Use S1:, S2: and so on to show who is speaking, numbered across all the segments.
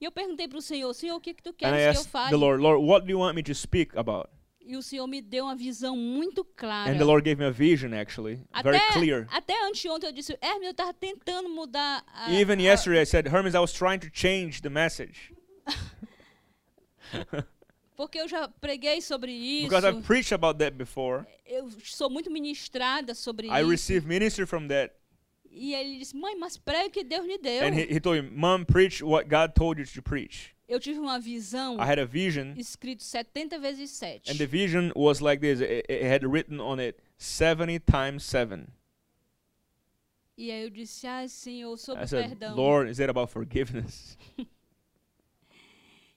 S1: E eu perguntei para o Senhor, Senhor, o que, que tu
S2: And I
S1: queres que eu
S2: asked
S1: fale?
S2: the Lord, Lord, what do you want me to speak about?
S1: E o Senhor me deu uma visão muito clara.
S2: And the Lord gave me a vision, actually, very
S1: Até,
S2: clear.
S1: até anteontem eu disse, Hermes, eu estava tentando mudar a,
S2: Even
S1: a-
S2: yesterday, I said, Hermes, I was trying to change the message
S1: porque eu já preguei sobre isso.
S2: because I've preached about that before.
S1: Eu sou muito ministrada sobre
S2: I
S1: isso.
S2: received ministry from that,
S1: E ele disse, mãe, mas pregue o que Deus lhe deu.
S2: and he, he told me, "Mom, preach what God told you to preach."
S1: Eu tive uma visão
S2: I had a vision,
S1: escrito 70 vezes 7.
S2: and the vision was like this: it, it had written on it seventy times seven.
S1: E aí eu disse, ai, Senhor, sobre
S2: I
S1: o
S2: said,
S1: perdão.
S2: "Lord, is that about forgiveness?"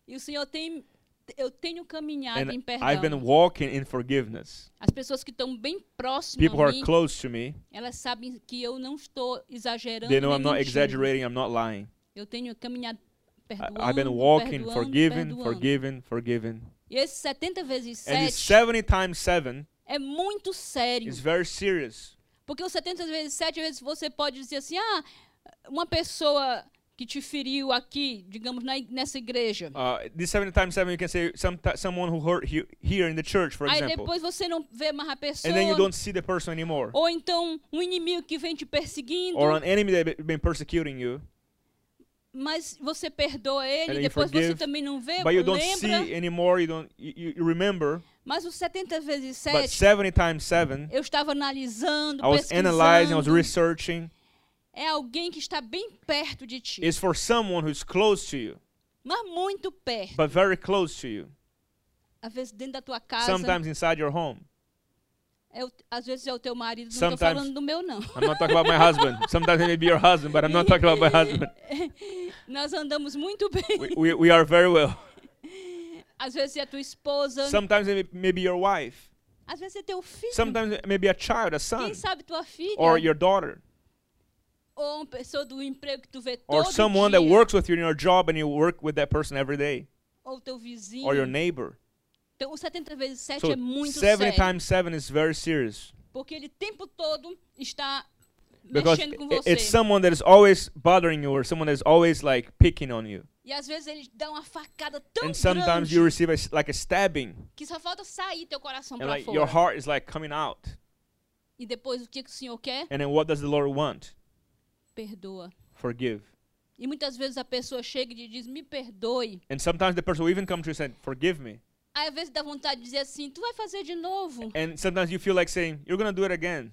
S1: E o Senhor tem... Eu tenho caminhado em
S2: And
S1: perdão.
S2: I've been walking in forgiveness.
S1: As pessoas que estão bem próximas
S2: People who
S1: a
S2: are
S1: mim,
S2: close to me,
S1: elas sabem que eu não estou exagerando
S2: they know I'm
S1: nem
S2: not
S1: mentindo.
S2: exaggerating. I'm not lying.
S1: Eu tenho caminhado
S2: I-
S1: perdoando,
S2: I've been walking,
S1: perdoando,
S2: forgiving,
S1: perdoando.
S2: forgiving, forgiving.
S1: E esse 70 vezes
S2: And
S1: 7
S2: this seventy times seven
S1: é muito sério.
S2: is very serious.
S1: Porque o 70 vezes 7, às vezes você pode dizer assim, ah, uma pessoa que te feriu aqui, digamos, na, ig- nessa igreja.
S2: Uh, this seventy times seven, you can say some someone who hurt you here in the church, for
S1: Aí
S2: example.
S1: depois você não vê mais a pessoa.
S2: and then you don't see the person anymore
S1: Ou então um inimigo que vem te perseguindo,
S2: or an enemy that has been persecuting you
S1: mas você perdoa
S2: And
S1: ele,
S2: you
S1: depois você
S2: forgive,
S1: também não vê,
S2: but you don't
S1: lembra.
S2: see anymore you don't you- you, you remember
S1: Mas os 70 vezes
S2: but
S1: 7,
S2: 70 times 7
S1: eu estava analisando,
S2: i was analyzing i was
S1: pesquisando.
S2: researching
S1: É alguém que está bem perto de ti,
S2: is for someone who's close to you
S1: mas muito perto.
S2: but very close to you
S1: Às vezes dentro da tua casa,
S2: sometimes inside your home
S1: é o- às vezes é o teu marido, não estou
S2: Sometimes-
S1: falando do meu não.
S2: i'm not talking about my husband sometimes it may be your husband but i'm not talking about my husband
S1: Nós andamos muito bem.
S2: we, we, we are very well
S1: Às vezes é tua esposa,
S2: sometimes it may, may be your wife
S1: às vezes é teu filho.
S2: sometimes it may be a child a son
S1: Quem sabe tua filha
S2: or your daughter
S1: ou uma pessoa do emprego que tu vê todo
S2: or someone that
S1: dia,
S2: works with you in your job and you work with that person every day
S1: ou teu vizinho.
S2: or your neighbor.
S1: Então, o 70 vezes 7
S2: So
S1: é muito
S2: 70
S1: sério,
S2: times 7 is very serious
S1: porque ele o tempo todo está
S2: because
S1: mexendo com
S2: i-
S1: você.
S2: it's someone that is always bothering you or someone that is always like picking on you.
S1: E às vezes ele dá uma facada tão
S2: And sometimes you
S1: grande
S2: receive a, s- like a stabbing
S1: que só falta sair teu coração para
S2: and like
S1: fora.
S2: your heart is like coming out.
S1: E depois o que, que o Senhor quer?
S2: And then what does the Lord want?
S1: Perdoa.
S2: Forgive.
S1: E muitas vezes a pessoa chega e diz, me perdoe.
S2: And sometimes the person will even come to you and say, Forgive me.
S1: Aí às vezes dá vontade de dizer assim, tu vai fazer de novo?
S2: And sometimes you feel like saying, You're going to do it again.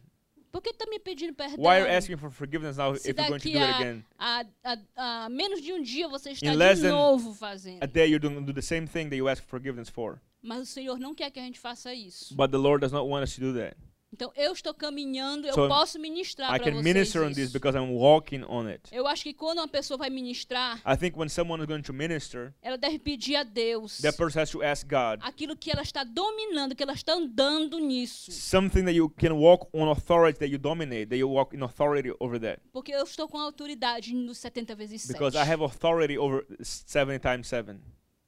S1: Por que tá me pedindo perdão?
S2: Why are you asking for forgiveness now if
S1: Se
S2: you're going to
S1: daqui
S2: do it
S1: a,
S2: again?
S1: a, a- a menos de um dia você está
S2: In less
S1: de
S2: than
S1: novo fazendo.
S2: A day you're going to do the same thing that you ask for forgiveness for.
S1: Mas o Senhor não quer que a gente faça isso.
S2: But the Lord does not want us to do that.
S1: Então eu estou caminhando, eu
S2: So,
S1: posso ministrar
S2: I
S1: para
S2: can minister on
S1: vocês
S2: this
S1: isso.
S2: because I'm walking on it.
S1: Eu acho que quando uma pessoa vai ministrar,
S2: I think when someone is going to minister,
S1: ela deve pedir a Deus
S2: that person has to ask God
S1: aquilo que ela está dominando, que ela está andando nisso.
S2: something that you can walk on authority that you dominate, that you walk in authority over that.
S1: Porque eu estou com autoridade nos 70 vezes 7.
S2: Because I have authority over s- 70 times 7.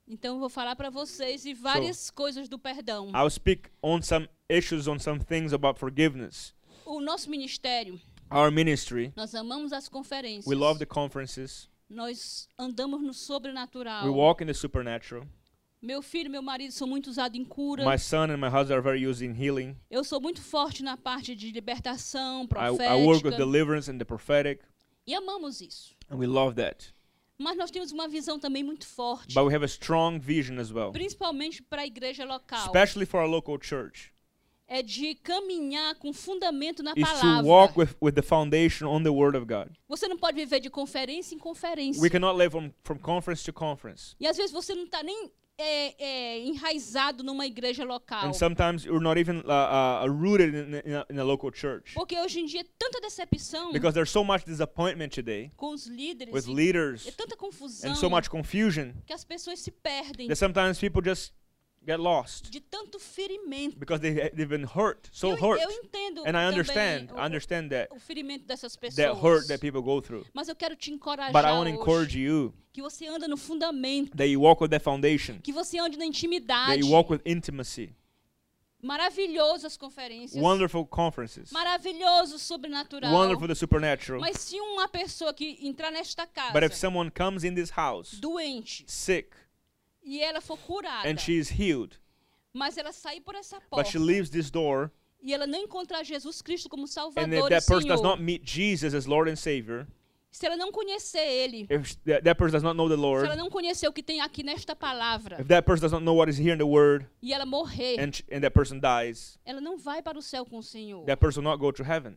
S1: Então eu vou falar para vocês de várias coisas do perdão.
S2: I'll speak on some issues, on some things about forgiveness.
S1: O nosso ministério,
S2: Our ministry,
S1: nós amamos as conferências.
S2: we love the conferences,
S1: Nós andamos no sobrenatural.
S2: we walk in the supernatural.
S1: Meu filho e meu marido são muito usados em cura.
S2: My son and my husband are very used in healing.
S1: Eu sou muito forte na parte de libertação,
S2: I,
S1: profética.
S2: I work with deliverance and the prophetic,
S1: E amamos isso.
S2: and we love that.
S1: Mas nós temos uma visão também muito forte,
S2: But we have a strong vision as well.
S1: principalmente para a igreja local.
S2: especially for our local church,
S1: É de caminhar com fundamento na
S2: is to
S1: palavra.
S2: walk with, with the foundation on the Word of God.
S1: Você não pode viver de conferência em conferência.
S2: We cannot live from, from conference to conference.
S1: E às vezes você não está nem é, é, enraizado numa igreja local.
S2: And sometimes you're not even uh, uh, rooted in, in, a, in a local church.
S1: Porque hoje em dia é tanta decepção
S2: Because there's so much disappointment today
S1: com os líderes,
S2: with
S1: e- é
S2: leaders
S1: tanta confusão
S2: and so much confusion
S1: que as pessoas se perdem
S2: that sometimes people just get lost
S1: de tanto ferimento.
S2: because they, ha- they've been hurt,
S1: eu,
S2: so hurt.
S1: eu entendo
S2: And I
S1: também
S2: understand,
S1: o,
S2: I understand that,
S1: o ferimento dessas
S2: that hurt
S1: pessoas.
S2: that people go through.
S1: Mas eu quero te encorajar
S2: But I want to
S1: hoje,
S2: encourage you
S1: que você anda no fundamento,
S2: that you walk with that foundation,
S1: que você ande na intimidade,
S2: that you walk with intimacy.
S1: Maravilhoso as conferências.
S2: wonderful conferences,
S1: Maravilhoso o sobrenatural.
S2: wonderful the supernatural.
S1: Mas se uma pessoa que entrar nesta casa
S2: But if someone comes in this house
S1: doente
S2: sick
S1: e ela for curada,
S2: and she is healed,
S1: mas ela sair por essa
S2: but
S1: porta
S2: she leaves this door,
S1: e ela não encontrar Jesus Cristo como
S2: and
S1: Salvador
S2: if
S1: e
S2: that person does
S1: Senhor,
S2: not meet Jesus as Lord and Savior,
S1: se ela não conhecer Ele,
S2: if that, that person does not know the
S1: se
S2: Lord,
S1: ela não conhecer o que tem aqui nesta palavra
S2: if that person does not know what is here in the Word,
S1: e ela morrer,
S2: and, sh- and that person dies,
S1: ela não vai para o céu com o Senhor.
S2: that person will not go to heaven.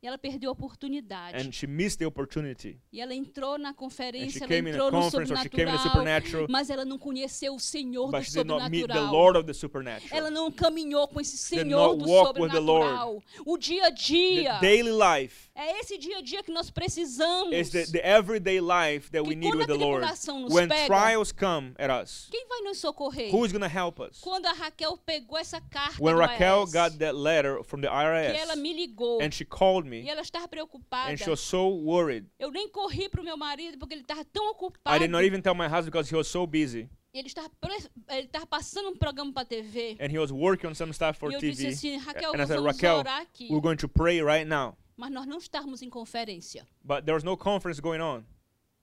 S1: E ela perdeu a oportunidade.
S2: And she missed the opportunity.
S1: E ela entrou na
S2: And she
S1: conferência, ela
S2: came in a
S1: entrou no
S2: conference or she came in the
S1: sobrenatural,
S2: supernatural,
S1: mas ela não conheceu o Senhor
S2: but
S1: do
S2: she did not meet the
S1: sobrenatural.
S2: Lord of the
S1: Ela
S2: supernatural.
S1: não caminhou com esse
S2: Did
S1: Senhor
S2: not
S1: do
S2: walk with the
S1: sobrenatural. O dia a
S2: The
S1: dia.
S2: daily life
S1: É esse dia a dia que nós precisamos.
S2: is the, the everyday life that we
S1: Que
S2: need
S1: quando
S2: with
S1: a
S2: the Lord.
S1: tribulação nos
S2: When
S1: pega,
S2: trials come at us,
S1: Quem vai nos socorrer?
S2: who is going to help us?
S1: Quando a Raquel pegou essa carta
S2: When
S1: do
S2: Raquel
S1: AES,
S2: got that letter from the
S1: que ela
S2: IRS
S1: me ligou
S2: and she called
S1: e
S2: me
S1: ela estava preocupada.
S2: and she was so worried.
S1: Eu nem corri para o meu marido porque ele estava tão
S2: I
S1: ocupado.
S2: did not even tell my husband because he was so busy
S1: Ele estava pre- ele estava passando um programa para a TV.
S2: and he was working on some stuff for
S1: e eu disse
S2: TV.
S1: assim, Raquel,
S2: and I
S1: nós
S2: said,
S1: vamos
S2: Raquel,
S1: orar aqui.
S2: we're going to pray right now.
S1: Mas nós não estávamos em conferência.
S2: But there was no conference going on.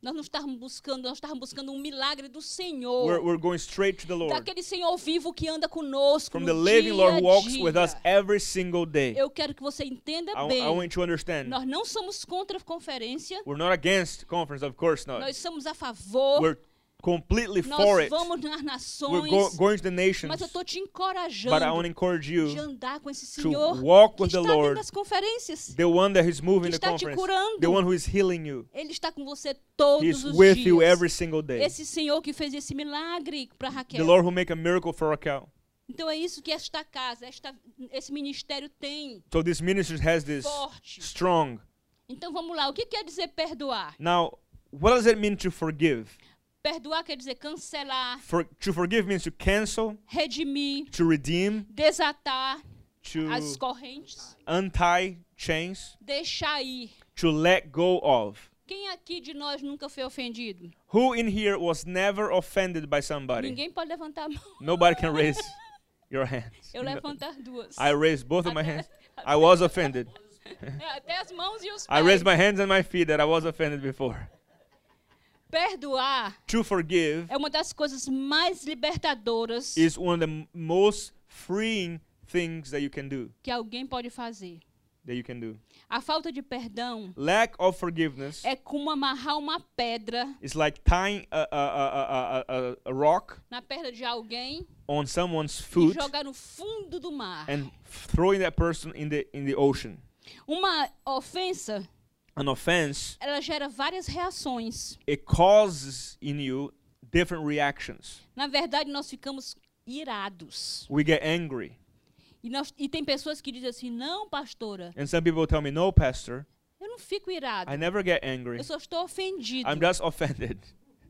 S1: Nós não estávamos buscando, nós estávamos buscando um milagre do
S2: We're,
S1: Senhor.
S2: we're going straight to the Lord.
S1: Oh. Daquele Senhor vivo que anda conosco
S2: From
S1: no
S2: the living
S1: dia
S2: Lord
S1: a
S2: who walks
S1: dia.
S2: with us every single day.
S1: Eu quero que você entenda
S2: I,
S1: bem.
S2: I want you to understand.
S1: Nós não somos contra a conferência.
S2: We're not against conference, of course not.
S1: Nós somos a favor.
S2: We're completely for
S1: nós
S2: it.
S1: vamos nas
S2: We're
S1: nações.
S2: go- going to the
S1: mas
S2: nations.
S1: eu estou te
S2: But I
S1: encorajando
S2: want to encourage
S1: de
S2: you,
S1: andar com esse
S2: to
S1: Senhor
S2: walk
S1: que
S2: with the
S1: está dentro
S2: Lord.
S1: das conferências.
S2: the one that is moving
S1: que
S2: the
S1: está te
S2: conference,
S1: curando.
S2: the one who is healing you.
S1: Ele está com você todos
S2: He's
S1: os
S2: with
S1: dias.
S2: you every single day.
S1: Esse Senhor que fez esse milagre para
S2: The
S1: Raquel.
S2: Lord who make a miracle for Raquel.
S1: Então é isso que esta casa, esta, esse ministério tem
S2: So this ministry has this
S1: forte.
S2: strong.
S1: Então vamos lá, o que quer dizer perdoar?
S2: Now, what does it mean to forgive?
S1: Perdoar quer dizer cancelar,
S2: For, to forgive means to cancel,
S1: redimir,
S2: to redeem,
S1: desatar as
S2: to
S1: correntes,
S2: untie chains,
S1: deixar ir.
S2: to let go of.
S1: Quem aqui de nós nunca foi ofendido?
S2: Who in here was never offended by somebody?
S1: Ninguém pode levantar a mão.
S2: Nobody can raise your hands.
S1: Eu
S2: No-
S1: levantar duas.
S2: I raised both of my hands. I was offended.
S1: É, até as mãos e os
S2: I
S1: pés.
S2: raised my hands and my feet that I was offended before.
S1: Perdoar
S2: To forgive
S1: é uma das coisas mais libertadoras
S2: is one of the m- most freeing things that you can do.
S1: que alguém pode fazer.
S2: That you can do.
S1: A falta de perdão
S2: Lack of forgiveness
S1: é como amarrar uma pedra
S2: is like tying a, a, a, a, a, a- a rock
S1: na perna de alguém
S2: on someone's
S1: e
S2: foot
S1: jogar no fundo do mar.
S2: and throwing that person in the in the ocean.
S1: Uma ofensa,
S2: An offense
S1: ela gera várias reações.
S2: it causes in you different reactions.
S1: Na verdade, nós ficamos irados.
S2: We get angry,
S1: E, nós, e tem pessoas que dizem assim: não, pastora,
S2: and some people tell me, "No, pastor,
S1: eu não fico irado.
S2: I never get angry.
S1: Eu só estou ofendido.
S2: I'm just offended."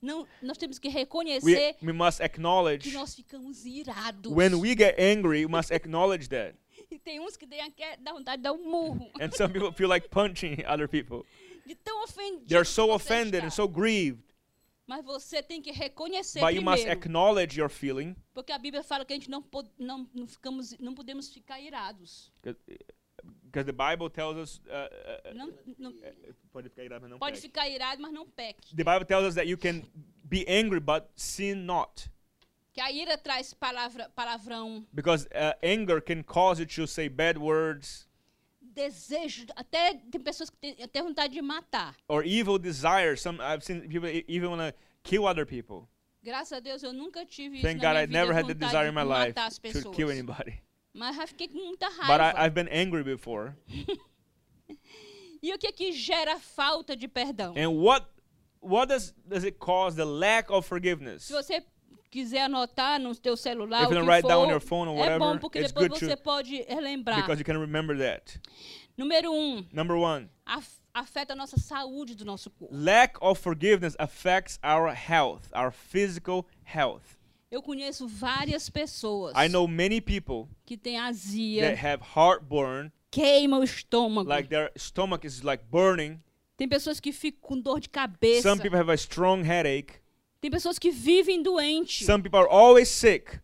S1: Não, nós temos que
S2: We
S1: reconhecer
S2: we must
S1: que
S2: acknowledge
S1: nós ficamos irados.
S2: when we get angry, we must acknowledge that.
S1: E tem uns que tem aque- dá vontade de dar um murro.
S2: And some people feel like punching other people.
S1: De tão ofendido.
S2: They're so
S1: que você
S2: offended and
S1: está.
S2: so grieved.
S1: Mas você tem que reconhecer
S2: But you must
S1: primeiro.
S2: acknowledge your feeling.
S1: Porque a Bíblia fala que a gente não, po- não, não, ficamos, não podemos ficar irados.
S2: Because eh, the Bible tells us uh, uh, uh,
S1: Não, não-
S2: pode ficar irado, mas não
S1: pode
S2: pegue.
S1: ficar irado, mas não peque.
S2: the Bible tells us that you can be angry but sin not.
S1: Que a ira traz palavra, palavrão,
S2: Because uh, anger can cause you to say bad words
S1: desejo. Até tem pessoas que têm até vontade de matar.
S2: or evil desires. Some I've seen people e- even want to kill other people.
S1: Graças a Deus eu nunca tive isso na
S2: Thank God
S1: minha
S2: I never
S1: vida,
S2: had the
S1: vontade
S2: desire
S1: de
S2: in my life
S1: matar as
S2: to
S1: pessoas.
S2: kill anybody.
S1: Mas já fiquei com muita
S2: But I,
S1: raiva.
S2: I've been angry before.
S1: E o que que gera falta de perdão?
S2: And what what does does it cause the lack of forgiveness?
S1: Se você quiser anotar no seu celular,
S2: If
S1: o
S2: you
S1: que
S2: write
S1: for,
S2: down on your phone or
S1: é bom
S2: whatever,
S1: porque
S2: it's
S1: depois
S2: good to-
S1: você pode relembrar.
S2: Because you can remember that.
S1: Número um,
S2: Number one,
S1: af- afeta a nossa saúde do nosso corpo.
S2: lack of forgiveness affects our health, our physical health.
S1: Eu conheço várias pessoas
S2: I know many people
S1: que têm
S2: that
S1: azia,
S2: have heartburn,
S1: queima o estômago.
S2: like their stomach is like burning.
S1: Tem pessoas que ficam com dor de cabeça.
S2: Some people have a strong headache.
S1: Tem pessoas que vivem doentes.
S2: Some people are always sick.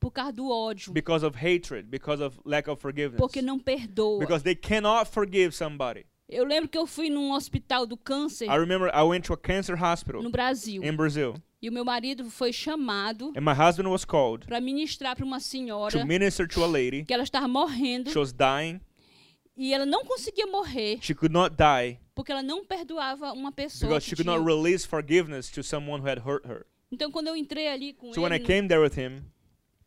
S1: por causa do ódio,
S2: because of hatred, because of lack of forgiveness,
S1: porque não perdoa.
S2: because they cannot forgive somebody.
S1: Eu lembro que eu fui num hospital do câncer
S2: I remember I went to a cancer hospital
S1: no Brasil
S2: in Brazil,
S1: e o meu marido foi chamado
S2: and my husband was called
S1: para ministrar para uma senhora
S2: to minister to a lady.
S1: que ela estava morrendo
S2: She was dying.
S1: e ela não conseguia morrer
S2: She could not die
S1: porque ela não perdoava uma pessoa.
S2: because she
S1: Que
S2: could
S1: tinha.
S2: not release forgiveness to someone who had hurt her.
S1: Então quando eu entrei ali com
S2: So when I
S1: ele,
S2: came there with him,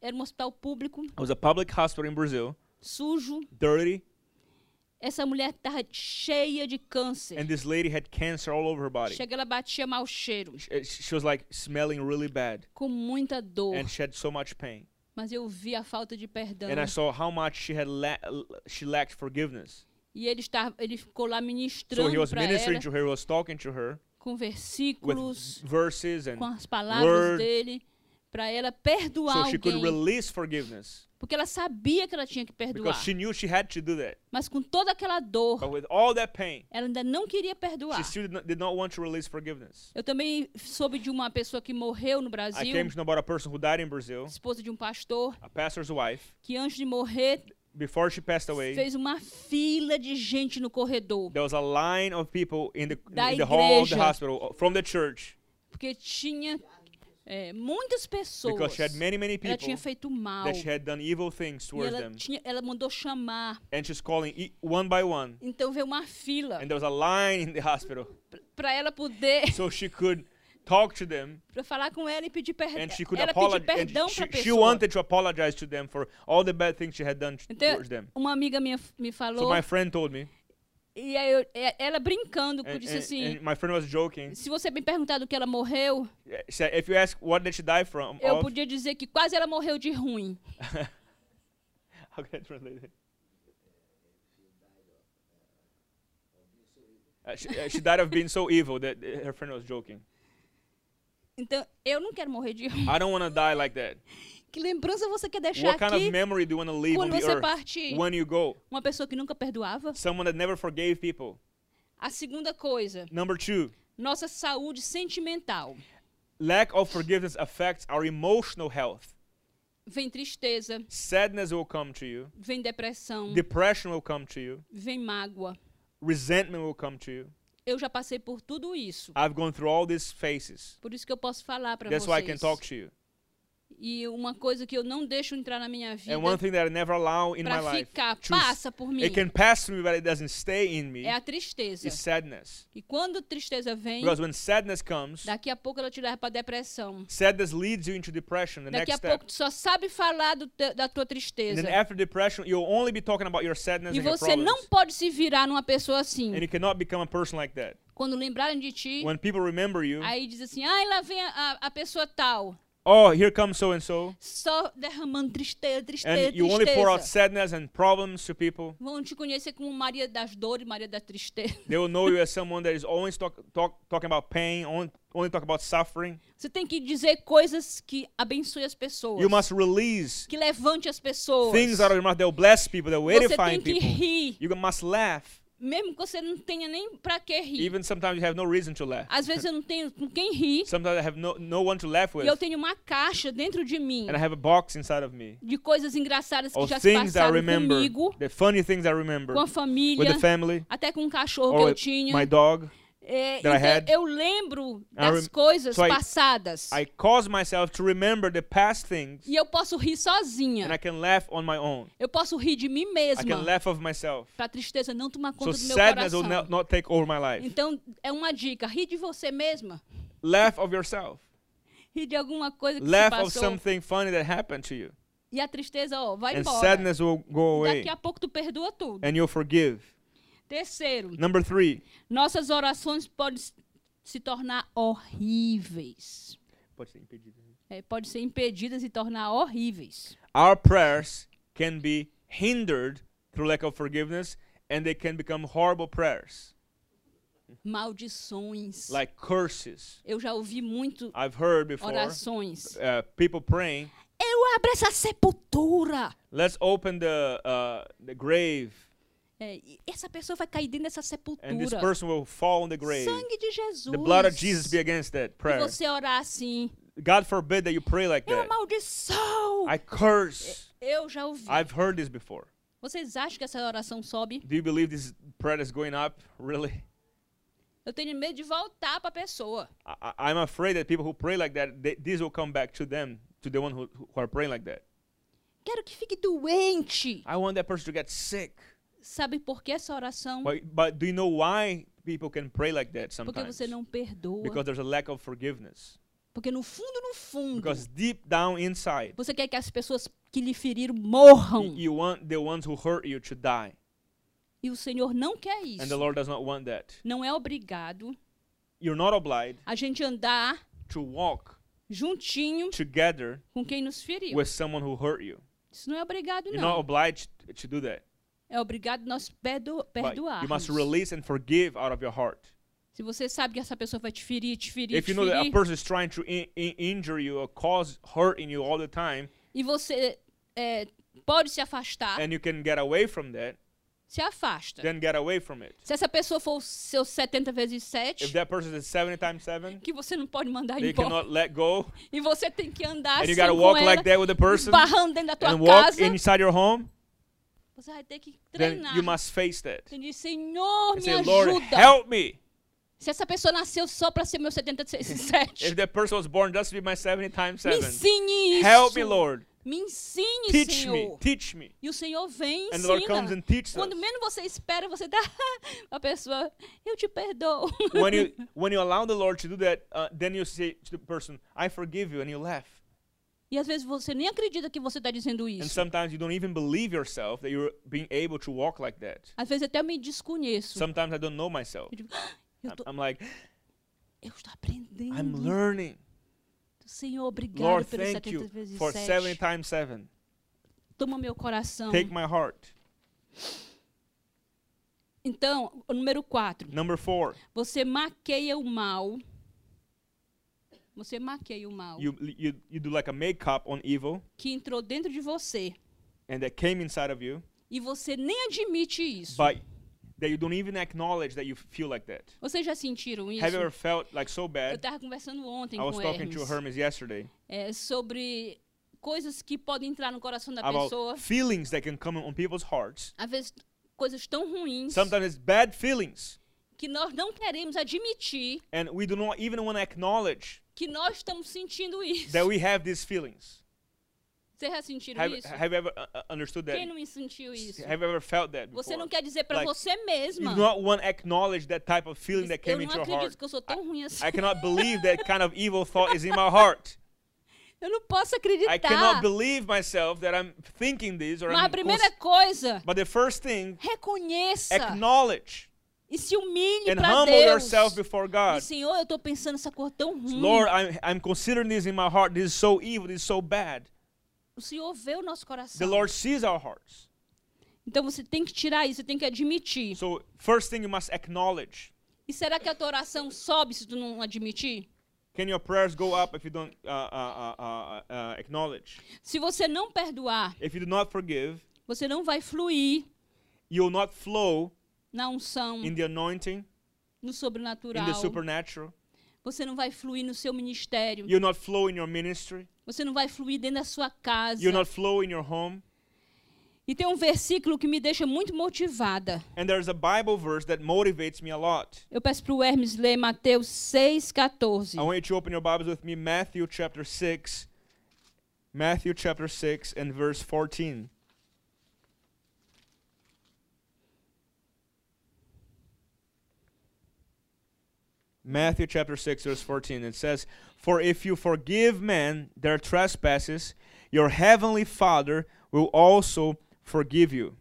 S1: era um hospital público,
S2: it was a public hospital in Brazil,
S1: sujo.
S2: dirty,
S1: Essa mulher estava cheia de câncer.
S2: and this lady had cancer all over her body.
S1: Chega, ela batia mau cheiro,
S2: She, uh, she was like smelling really bad,
S1: com muita dor.
S2: and she had so much pain.
S1: Mas eu vi a falta de perdão.
S2: And I saw how much she had la- she lacked forgiveness.
S1: E ele, estava, ele ficou lá
S2: So he
S1: ministrando
S2: was
S1: para
S2: ministering
S1: ela
S2: to her, he was talking to her
S1: com
S2: with
S1: versículos,
S2: verses, and
S1: com as palavras
S2: word.
S1: dele, para ela
S2: so
S1: perdoar
S2: she could
S1: alguém.
S2: release forgiveness
S1: Porque ela sabia que ela tinha que
S2: because
S1: perdoar.
S2: she knew she had to do that.
S1: Mas com toda aquela dor,
S2: But with all that pain,
S1: ela ainda não queria
S2: she
S1: perdoar.
S2: still did not, did not want to release forgiveness.
S1: Eu também soube de uma pessoa que morreu no
S2: I came
S1: Brasil,
S2: to know about a person who died in Brazil,
S1: esposa de um pastor,
S2: a pastor's wife.
S1: que antes de morrer
S2: Before she passed away,
S1: fez uma fila de gente no corredor.
S2: there was a line of people in the,
S1: Da
S2: in the hall of
S1: igreja.
S2: the hospital uh, from the church
S1: Porque tinha é, muitas
S2: because
S1: pessoas.
S2: she had many, many
S1: Ela
S2: people
S1: tinha feito mal.
S2: that she had done evil things
S1: E
S2: towards
S1: ela,
S2: them.
S1: tinha, ela mandou chamar.
S2: And she's calling e- one by one.
S1: Então veio uma fila
S2: And there was a line in the hospital
S1: para ela poder
S2: so she could talk to them
S1: para falar com ela e pedir perdão.
S2: and she could
S1: Ela pedir
S2: apologize.
S1: perdão para
S2: She,
S1: a
S2: she
S1: pessoa.
S2: wanted to apologize to them for all the bad things she had done t-
S1: Então,
S2: towards them.
S1: uma amiga minha f- me
S2: So
S1: falou
S2: my friend told me,
S1: e aí eu, e- ela brincando
S2: and,
S1: disse
S2: and-
S1: assim:
S2: and my friend was joking.
S1: se você me perguntar do que ela morreu,
S2: Yeah, She said, if you ask what did she die from,
S1: eu
S2: of,
S1: podia dizer que quase ela morreu de ruim.
S2: how can I translate it? Uh, she, uh, she died of being so evil that uh, her friend was joking.
S1: Então eu não quero morrer de ruim.
S2: I don't want to die like that.
S1: Que lembrança você quer deixar
S2: Ah. What kind
S1: aqui?
S2: of memory do you want to leave on
S1: quando
S2: the
S1: você
S2: earth
S1: parte
S2: when you go?
S1: uma pessoa que nunca perdoava.
S2: Someone that never forgave people.
S1: A segunda coisa,
S2: Number two,
S1: nossa saúde sentimental.
S2: lack of forgiveness affects our emotional health.
S1: Vem tristeza,
S2: Sadness will come to you.
S1: vem depressão,
S2: Depression will come to you.
S1: vem mágoa.
S2: Resentment will come to you.
S1: Eu já passei por tudo isso.
S2: I've gone through all these phases.
S1: Por isso que eu posso falar para
S2: That's
S1: vocês.
S2: why I can talk to you.
S1: E uma coisa que eu não deixo entrar na minha vida
S2: And one thing that I never allow É um in my
S1: para
S2: life,
S1: ficar,
S2: to s-
S1: passa por mim,
S2: it can pass through me, but it doesn't stay in me,
S1: é a tristeza.
S2: is sadness.
S1: E quando tristeza vem,
S2: Because when sadness comes,
S1: daqui a pouco ela te leva para depressão.
S2: sadness leads you into depression, the
S1: Daqui
S2: next
S1: a
S2: step.
S1: pouco tu só sabe falar do te- da tua
S2: And
S1: tristeza.
S2: then after depression, you'll only be talking about your sadness
S1: E
S2: and your
S1: você
S2: problems.
S1: não pode se virar numa pessoa assim.
S2: And you cannot become a person like that.
S1: Quando lembrarem de ti,
S2: When people remember you,
S1: aí diz assim, ai, lá vem a, a pessoa tal,
S2: oh, here comes so and so,
S1: só derramando tristeza, tristeza,
S2: and you only pour out
S1: tristeza.
S2: sadness and problems to people.
S1: Vão te conhecer como Maria das Dores, Maria da Tristeza.
S2: They will know you as someone that is always talk, talk, talking about pain, only, only talk about suffering.
S1: Você tem que dizer coisas que abençoe as pessoas,
S2: You must release
S1: que levante as pessoas.
S2: things out of your mouth that will bless people, that will
S1: Você
S2: edify
S1: tem que
S2: people.
S1: rir,
S2: You must laugh,
S1: mesmo que você não tenha nem pra que rir.
S2: even sometimes you have no reason to laugh.
S1: Às vezes eu não tenho com quem rir,
S2: Sometimes I have no, no one to laugh
S1: e
S2: with,
S1: eu tenho uma caixa dentro de mim
S2: and I have a box inside of me
S1: de coisas engraçadas que
S2: of
S1: já se
S2: things that I
S1: passaram
S2: remember,
S1: comigo,
S2: the funny things I
S1: com
S2: remember
S1: a família,
S2: with the family
S1: até com um cachorro
S2: or
S1: que eu
S2: with
S1: tinha.
S2: my dog.
S1: É,
S2: that I
S1: então,
S2: had.
S1: eu lembro
S2: I
S1: das
S2: rem-
S1: coisas
S2: so I-
S1: passadas
S2: I cause myself to remember the past things,
S1: e eu posso rir
S2: and
S1: sozinha.
S2: I can laugh on my own.
S1: Eu posso rir de mim
S2: I can
S1: mesma
S2: laugh of myself.
S1: para tristeza não tomar
S2: So
S1: conta do meu
S2: sadness will
S1: coração.
S2: not, not take over my life.
S1: Então é uma dica: ri de você mesma,
S2: Laugh of yourself.
S1: ri de alguma coisa que se
S2: Laugh of
S1: passou
S2: something funny that happened to you.
S1: e a tristeza ó, vai
S2: And
S1: embora.
S2: sadness will go away.
S1: Daqui a pouco tu perdoa tudo.
S2: And you'll forgive.
S1: Terceiro,
S2: Number three.
S1: nossas orações podem s- se tornar horríveis. É, pode ser impedidas e tornar horríveis.
S2: Our prayers can be hindered through lack of forgiveness and they can become horrible prayers,
S1: Maldições.
S2: like curses.
S1: Eu já ouvi muito
S2: I've heard before
S1: orações.
S2: uh, people praying,
S1: Eu abro essa sepultura.
S2: let's open the, uh, the grave,
S1: É, e essa pessoa vai cair dentro dessa
S2: and this
S1: sepultura.
S2: person will fall in the grave.
S1: Sangue de Jesus.
S2: The blood of Jesus be against that
S1: e
S2: prayer.
S1: você orar assim.
S2: God forbid that you pray like
S1: Eu
S2: that.
S1: amaldiçoo.
S2: I curse.
S1: É Eu já ouvi.
S2: I've heard this before.
S1: Vocês acham que essa oração sobe?
S2: Do you believe this prayer is going up? Really?
S1: Eu tenho medo de voltar para a pessoa.
S2: I, I- I'm afraid that people who pray like that, they, this will come back to them, to the one who, who are praying like that.
S1: Quero que fique doente.
S2: I want that person to get sick.
S1: Mm-hmm. Sabe por que essa oração?
S2: But, but do you know why people can pray like that
S1: Porque
S2: sometimes?
S1: você não Mm-hmm. perdoa.
S2: Because there's a lack of forgiveness.
S1: Porque no fundo, no fundo,
S2: Because deep down inside,
S1: você quer que as pessoas que lhe feriram
S2: y-
S1: morram.
S2: you want the ones who hurt you to die.
S1: E o Senhor não quer
S2: And the
S1: isso.
S2: Lord does not want that.
S1: Não é obrigado
S2: You're not obliged
S1: a gente andar
S2: to walk
S1: juntinho
S2: together
S1: com quem nos feriu.
S2: with someone who hurt you.
S1: Isso não é obrigado,
S2: You're not
S1: não.
S2: obliged to do that.
S1: É obrigado nós perdo
S2: But you
S1: perdoarmos.
S2: must release and forgive out of your heart.
S1: Se você sabe que essa pessoa vai te ferir, te ferir,
S2: If
S1: te
S2: you know that a
S1: ferir,
S2: person is trying to in- in- injure you or cause hurt in you all the time,
S1: e você é, pode se afastar,
S2: and you can get away from that,
S1: se afasta.
S2: then get away from it.
S1: Se essa pessoa for o seu 70 vezes
S2: If
S1: 7,
S2: that person is 70 times 7,
S1: que você não pode mandar
S2: they
S1: embora,
S2: cannot let go,
S1: e você tem que andar
S2: and
S1: assim
S2: you gotta
S1: com
S2: walk
S1: ela,
S2: like that with the person,
S1: barrando dentro da tua
S2: and walk
S1: casa,
S2: inside your home,
S1: você vai ter que
S2: then you
S1: treinar.
S2: must face that.
S1: Você diz, Senhor,
S2: And
S1: me
S2: say, Lord,
S1: ajuda.
S2: help me.
S1: Se essa pessoa nasceu só para ser meu 77,
S2: If that person was born just to be my 70 times
S1: me
S2: 7,
S1: ensine isso.
S2: help me, Lord.
S1: Me ensine,
S2: Teach me.
S1: Senhor.
S2: Teach me.
S1: E o Senhor vem e
S2: And the Lord comes
S1: ensina.
S2: and teaches us.
S1: Quando menos você espera, você dá a pessoa, eu te perdoo.
S2: when you when you allow the Lord to do that, uh, then you say to the person, "I forgive you," and you laugh.
S1: E às vezes você nem acredita que você está dizendo
S2: And
S1: isso.
S2: sometimes you don't even believe yourself that you're being able to walk like that.
S1: Às vezes até me desconheço.
S2: Sometimes I don't know myself.
S1: Eu digo, "Ah, eu,
S2: I'm,
S1: tô,
S2: I'm like,
S1: eu estou aprendendo.
S2: I'm learning.
S1: Senhor, obrigado
S2: Lord,
S1: pelos
S2: thank
S1: 70
S2: you
S1: vezes
S2: for
S1: 7.
S2: seven times seven.
S1: Toma meu coração.
S2: Take my heart.
S1: Então, o número 4.
S2: Number four,
S1: Você maqueia o mal. Você maqueia o mal
S2: you you you do like a makeup on evil,
S1: que entrou dentro de você.
S2: and that came inside of you,
S1: E você nem admite isso.
S2: but that you don't even acknowledge that you feel like that.
S1: Vocês já sentiram isso?
S2: Have you ever felt like so
S1: Eu
S2: bad?
S1: estava conversando ontem
S2: I was
S1: com
S2: talking to
S1: Hermes,
S2: Hermes yesterday.
S1: é, sobre coisas que podem entrar no coração da
S2: about
S1: pessoa.
S2: feelings that can come on people's hearts.
S1: Às vezes, coisas tão ruins
S2: Sometimes it's bad feelings,
S1: que nós não queremos admitir
S2: and we do not even want to acknowledge
S1: que nós estamos sentindo isso.
S2: that we have these feelings.
S1: Vocês já sentiram
S2: Have,
S1: isso?
S2: have you ever uh, uh, understood that?
S1: Quem não sentiu isso?
S2: Have you ever felt that?
S1: Você
S2: before?
S1: não quer dizer para
S2: Like,
S1: você
S2: you
S1: mesma.
S2: do not want to acknowledge that type of feeling that
S1: eu não
S2: came into your
S1: acredito
S2: heart.
S1: que eu sou tão ruim assim.
S2: I cannot believe that kind of evil thought is in my heart.
S1: eu não posso
S2: I cannot
S1: acreditar.
S2: believe myself that I'm thinking this or
S1: Mas a
S2: I'm. cons-
S1: primeira coisa,
S2: but the first thing,
S1: reconheça
S2: acknowledge
S1: e se humilhe
S2: and
S1: para
S2: humble
S1: Deus.
S2: yourself before God.
S1: E, Senhor, eu estou pensando essa cor tão ruim.
S2: Lord, I'm, I'm considering this in my heart. This is so evil. This is so bad.
S1: o Senhor vê o nosso
S2: The
S1: coração.
S2: Lord sees our hearts.
S1: Então você tem que tirar isso, você tem que admitir.
S2: So, first thing you must acknowledge.
S1: E será que a tua oração sobe se tu não admitir?
S2: Can your prayers go up if you don't uh, uh, uh, uh, uh, acknowledge?
S1: Se você não perdoar,
S2: If you do not forgive,
S1: você não vai fluir
S2: you will not flow
S1: na unção,
S2: in the anointing,
S1: no sobrenatural.
S2: in the supernatural.
S1: Você não vai fluir no seu ministério.
S2: You will not flow in your ministry.
S1: Você não vai fluir dentro da sua casa.
S2: You will not flow in your home.
S1: E tem um versículo que me deixa muito motivada.
S2: And there's a Bible verse that motivates me a lot.
S1: Eu peço para o Hermes ler Mateus
S2: I
S1: 6,14.
S2: want you to open your Bibles with me, Matthew chapter 6. Matthew chapter 6 and verse 14. Matthew chapter 6, verse 14. It says, For if you forgive men their trespasses, your heavenly Father will also forgive you.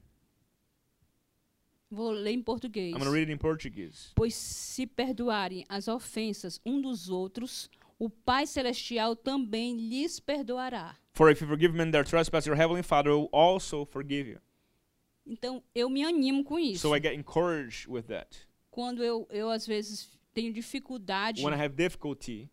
S1: Vou ler em português.
S2: I'm going to read it in Portuguese.
S1: Pois se perdoarem as ofensas um dos outros, o Pai Celestial também lhes perdoará.
S2: For if you forgive men their trespasses, your heavenly Father will also forgive you.
S1: Então, eu me animo com isso.
S2: So I get encouraged with that.
S1: Quando eu, eu, às vezes, tenho dificuldade
S2: when I have difficulty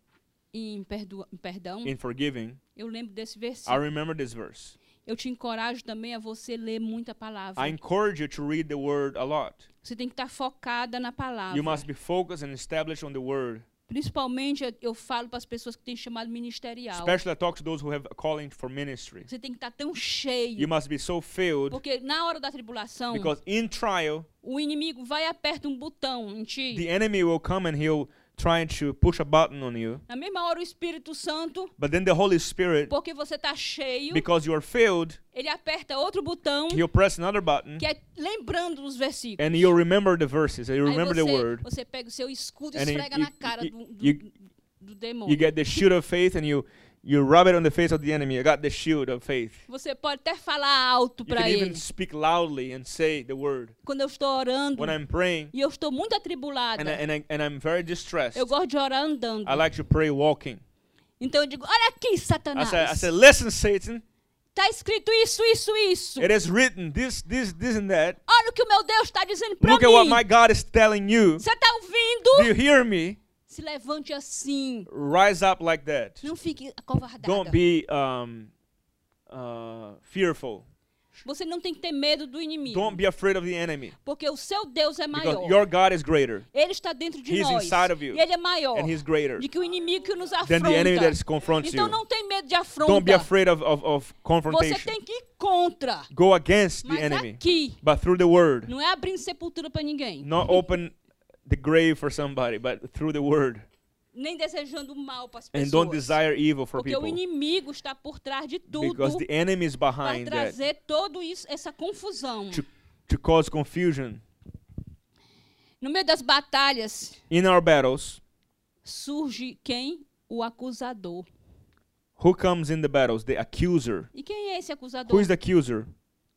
S1: em, perdoa- em perdão,
S2: in forgiving,
S1: eu lembro desse
S2: I
S1: versículo.
S2: remember this verse.
S1: Eu te encorajo também a você ler muita palavra.
S2: I encourage you to read the word a lot.
S1: Você tem que estar focada na palavra.
S2: You must be focused and established on the word.
S1: Principalmente eu- eu falo para as pessoas que têm chamado ministerial.
S2: Especially I talk to those who have a calling for ministry.
S1: Você tem que estar tão
S2: You
S1: cheio.
S2: must be so filled
S1: Porque na hora da tribulação,
S2: because in trial
S1: o inimigo vai e aperta um botão em ti.
S2: the enemy will come and he'll try to push a button on you.
S1: Na mesma hora o Espírito Santo,
S2: But then the Holy Spirit,
S1: porque você tá cheio,
S2: because you Mm-hmm. are filled,
S1: ele aperta outro botão,
S2: he'll press another button
S1: que é lembrando os versículos.
S2: and you'll remember the verses and you
S1: Aí
S2: remember the
S1: você,
S2: word.
S1: você pega o seu escudo e
S2: And
S1: esfrega
S2: you-
S1: na cara
S2: you-
S1: do, do,
S2: you-
S1: do demônio.
S2: You get the shield of faith and you you rub it on the face of the enemy. I got the shield of faith.
S1: Você pode até falar alto
S2: You can
S1: para ele.
S2: even speak loudly and say the word.
S1: Quando eu estou orando
S2: When I'm praying
S1: e eu estou muito
S2: and, I,
S1: atribulada,
S2: and, I, and I'm very distressed,
S1: eu gosto de orar andando.
S2: I like to pray walking.
S1: Então eu digo, olha aqui,
S2: I
S1: Satanás.
S2: said, I said, listen, Satan,
S1: Está escrito isso, isso, isso.
S2: it is written this, this, this, and that.
S1: Olha o que o meu Deus está dizendo para
S2: Look at what my
S1: mim.
S2: God is telling you.
S1: Você está
S2: Do
S1: ouvindo?
S2: you hear me?
S1: Se levante assim.
S2: Rise up like that.
S1: Não fique acovardada.
S2: Don't be um, uh, fearful.
S1: Você não tem que ter medo do inimigo.
S2: Don't be afraid of the enemy.
S1: Porque o seu Deus é maior.
S2: Because your God is greater
S1: Ele está dentro de
S2: He's
S1: nós.
S2: inside of you.
S1: E ele é maior
S2: and He's greater
S1: do que o inimigo que nos
S2: than
S1: afronta.
S2: the enemy that confronts
S1: então
S2: you.
S1: não tem medo de afronta.
S2: Don't be afraid of, of, of
S1: Você
S2: confrontation.
S1: tem que ir contra.
S2: Go against the
S1: Mas
S2: enemy,
S1: aqui.
S2: but through the word.
S1: Não é abrindo sepultura para ninguém.
S2: Not open the grave for somebody, but through the word.
S1: Nem desejando mal para as
S2: And don't
S1: pessoas.
S2: desire evil for
S1: Porque o
S2: people.
S1: inimigo está por trás de tudo
S2: Because the enemy is
S1: para
S2: behind that
S1: trazer todo isso, essa confusão.
S2: to, to cause confusion.
S1: No meio das batalhas
S2: In our battles,
S1: surge quem? O acusador.
S2: who comes in the battles? The accuser.
S1: E quem é esse acusador?
S2: Who is the accuser?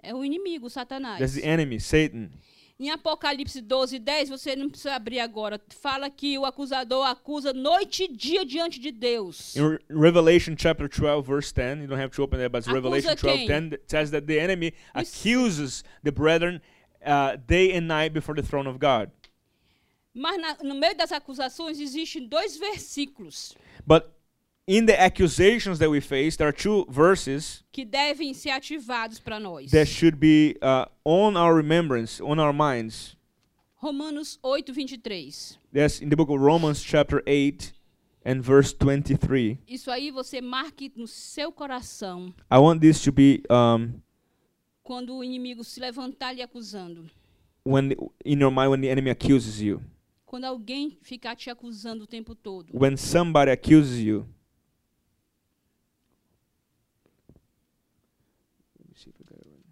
S1: É o inimigo, Satanás.
S2: That's the enemy, Satan.
S1: Em Apocalipse 12, 10, você não precisa abrir agora. Fala que o acusador acusa noite e dia diante de Deus.
S2: In Re- Revelation chapter 12, verse 10, you don't have to open that, but it's
S1: Acusa
S2: Revelation 12,
S1: quem?
S2: 10 that says that the enemy
S1: Os-
S2: accuses the brethren uh, day and night before the throne of God.
S1: Mas na- no meio das acusações existem dois versículos
S2: But in the accusations that we face, there are two verses
S1: que devem ser ativados para nós.
S2: that should be uh, on our remembrance, on our minds.
S1: Romanos 8, 23.
S2: That's in the book of Romans, chapter 8, and verse 23.
S1: Isso aí você marque no seu coração
S2: I want this to be um,
S1: quando o inimigo se levantar lhe acusando.
S2: when in your mind when the enemy accuses you.
S1: Quando alguém ficar te acusando o tempo todo.
S2: when somebody accuses you. Let me see if I got it right.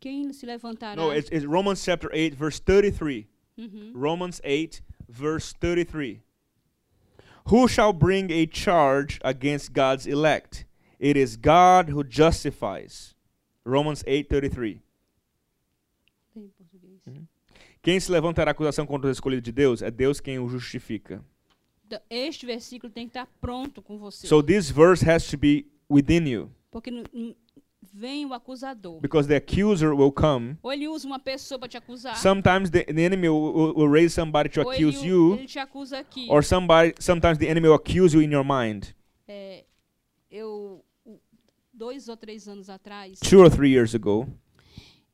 S1: Quem se levantará?
S2: No, it's, it's Romans chapter 8, verse 33.
S1: Uhum.
S2: Romans 8, verse 33. Who shall bring a charge against God's elect? It is God who justifies. Romans 8, 33.
S1: Tem em português.
S2: Uhum. Quem se levantará acusação contra o escolhido de Deus? É Deus quem o justifica.
S1: Então, Este versículo tem que estar pronto com você.
S2: So this verse has to be within you
S1: Porque no- n- vem o acusador.
S2: because the accuser will come
S1: Ou ele usa uma pessoa para te acusar.
S2: Sometimes the, the enemy will, will, Ah. will raise somebody to
S1: ou ele,
S2: accuse
S1: u-
S2: you,
S1: ele te acusa aqui.
S2: or somebody. Sometimes the enemy will accuse you in your mind.
S1: É, eu, o- dois ou três anos atrás,
S2: Two or three years ago,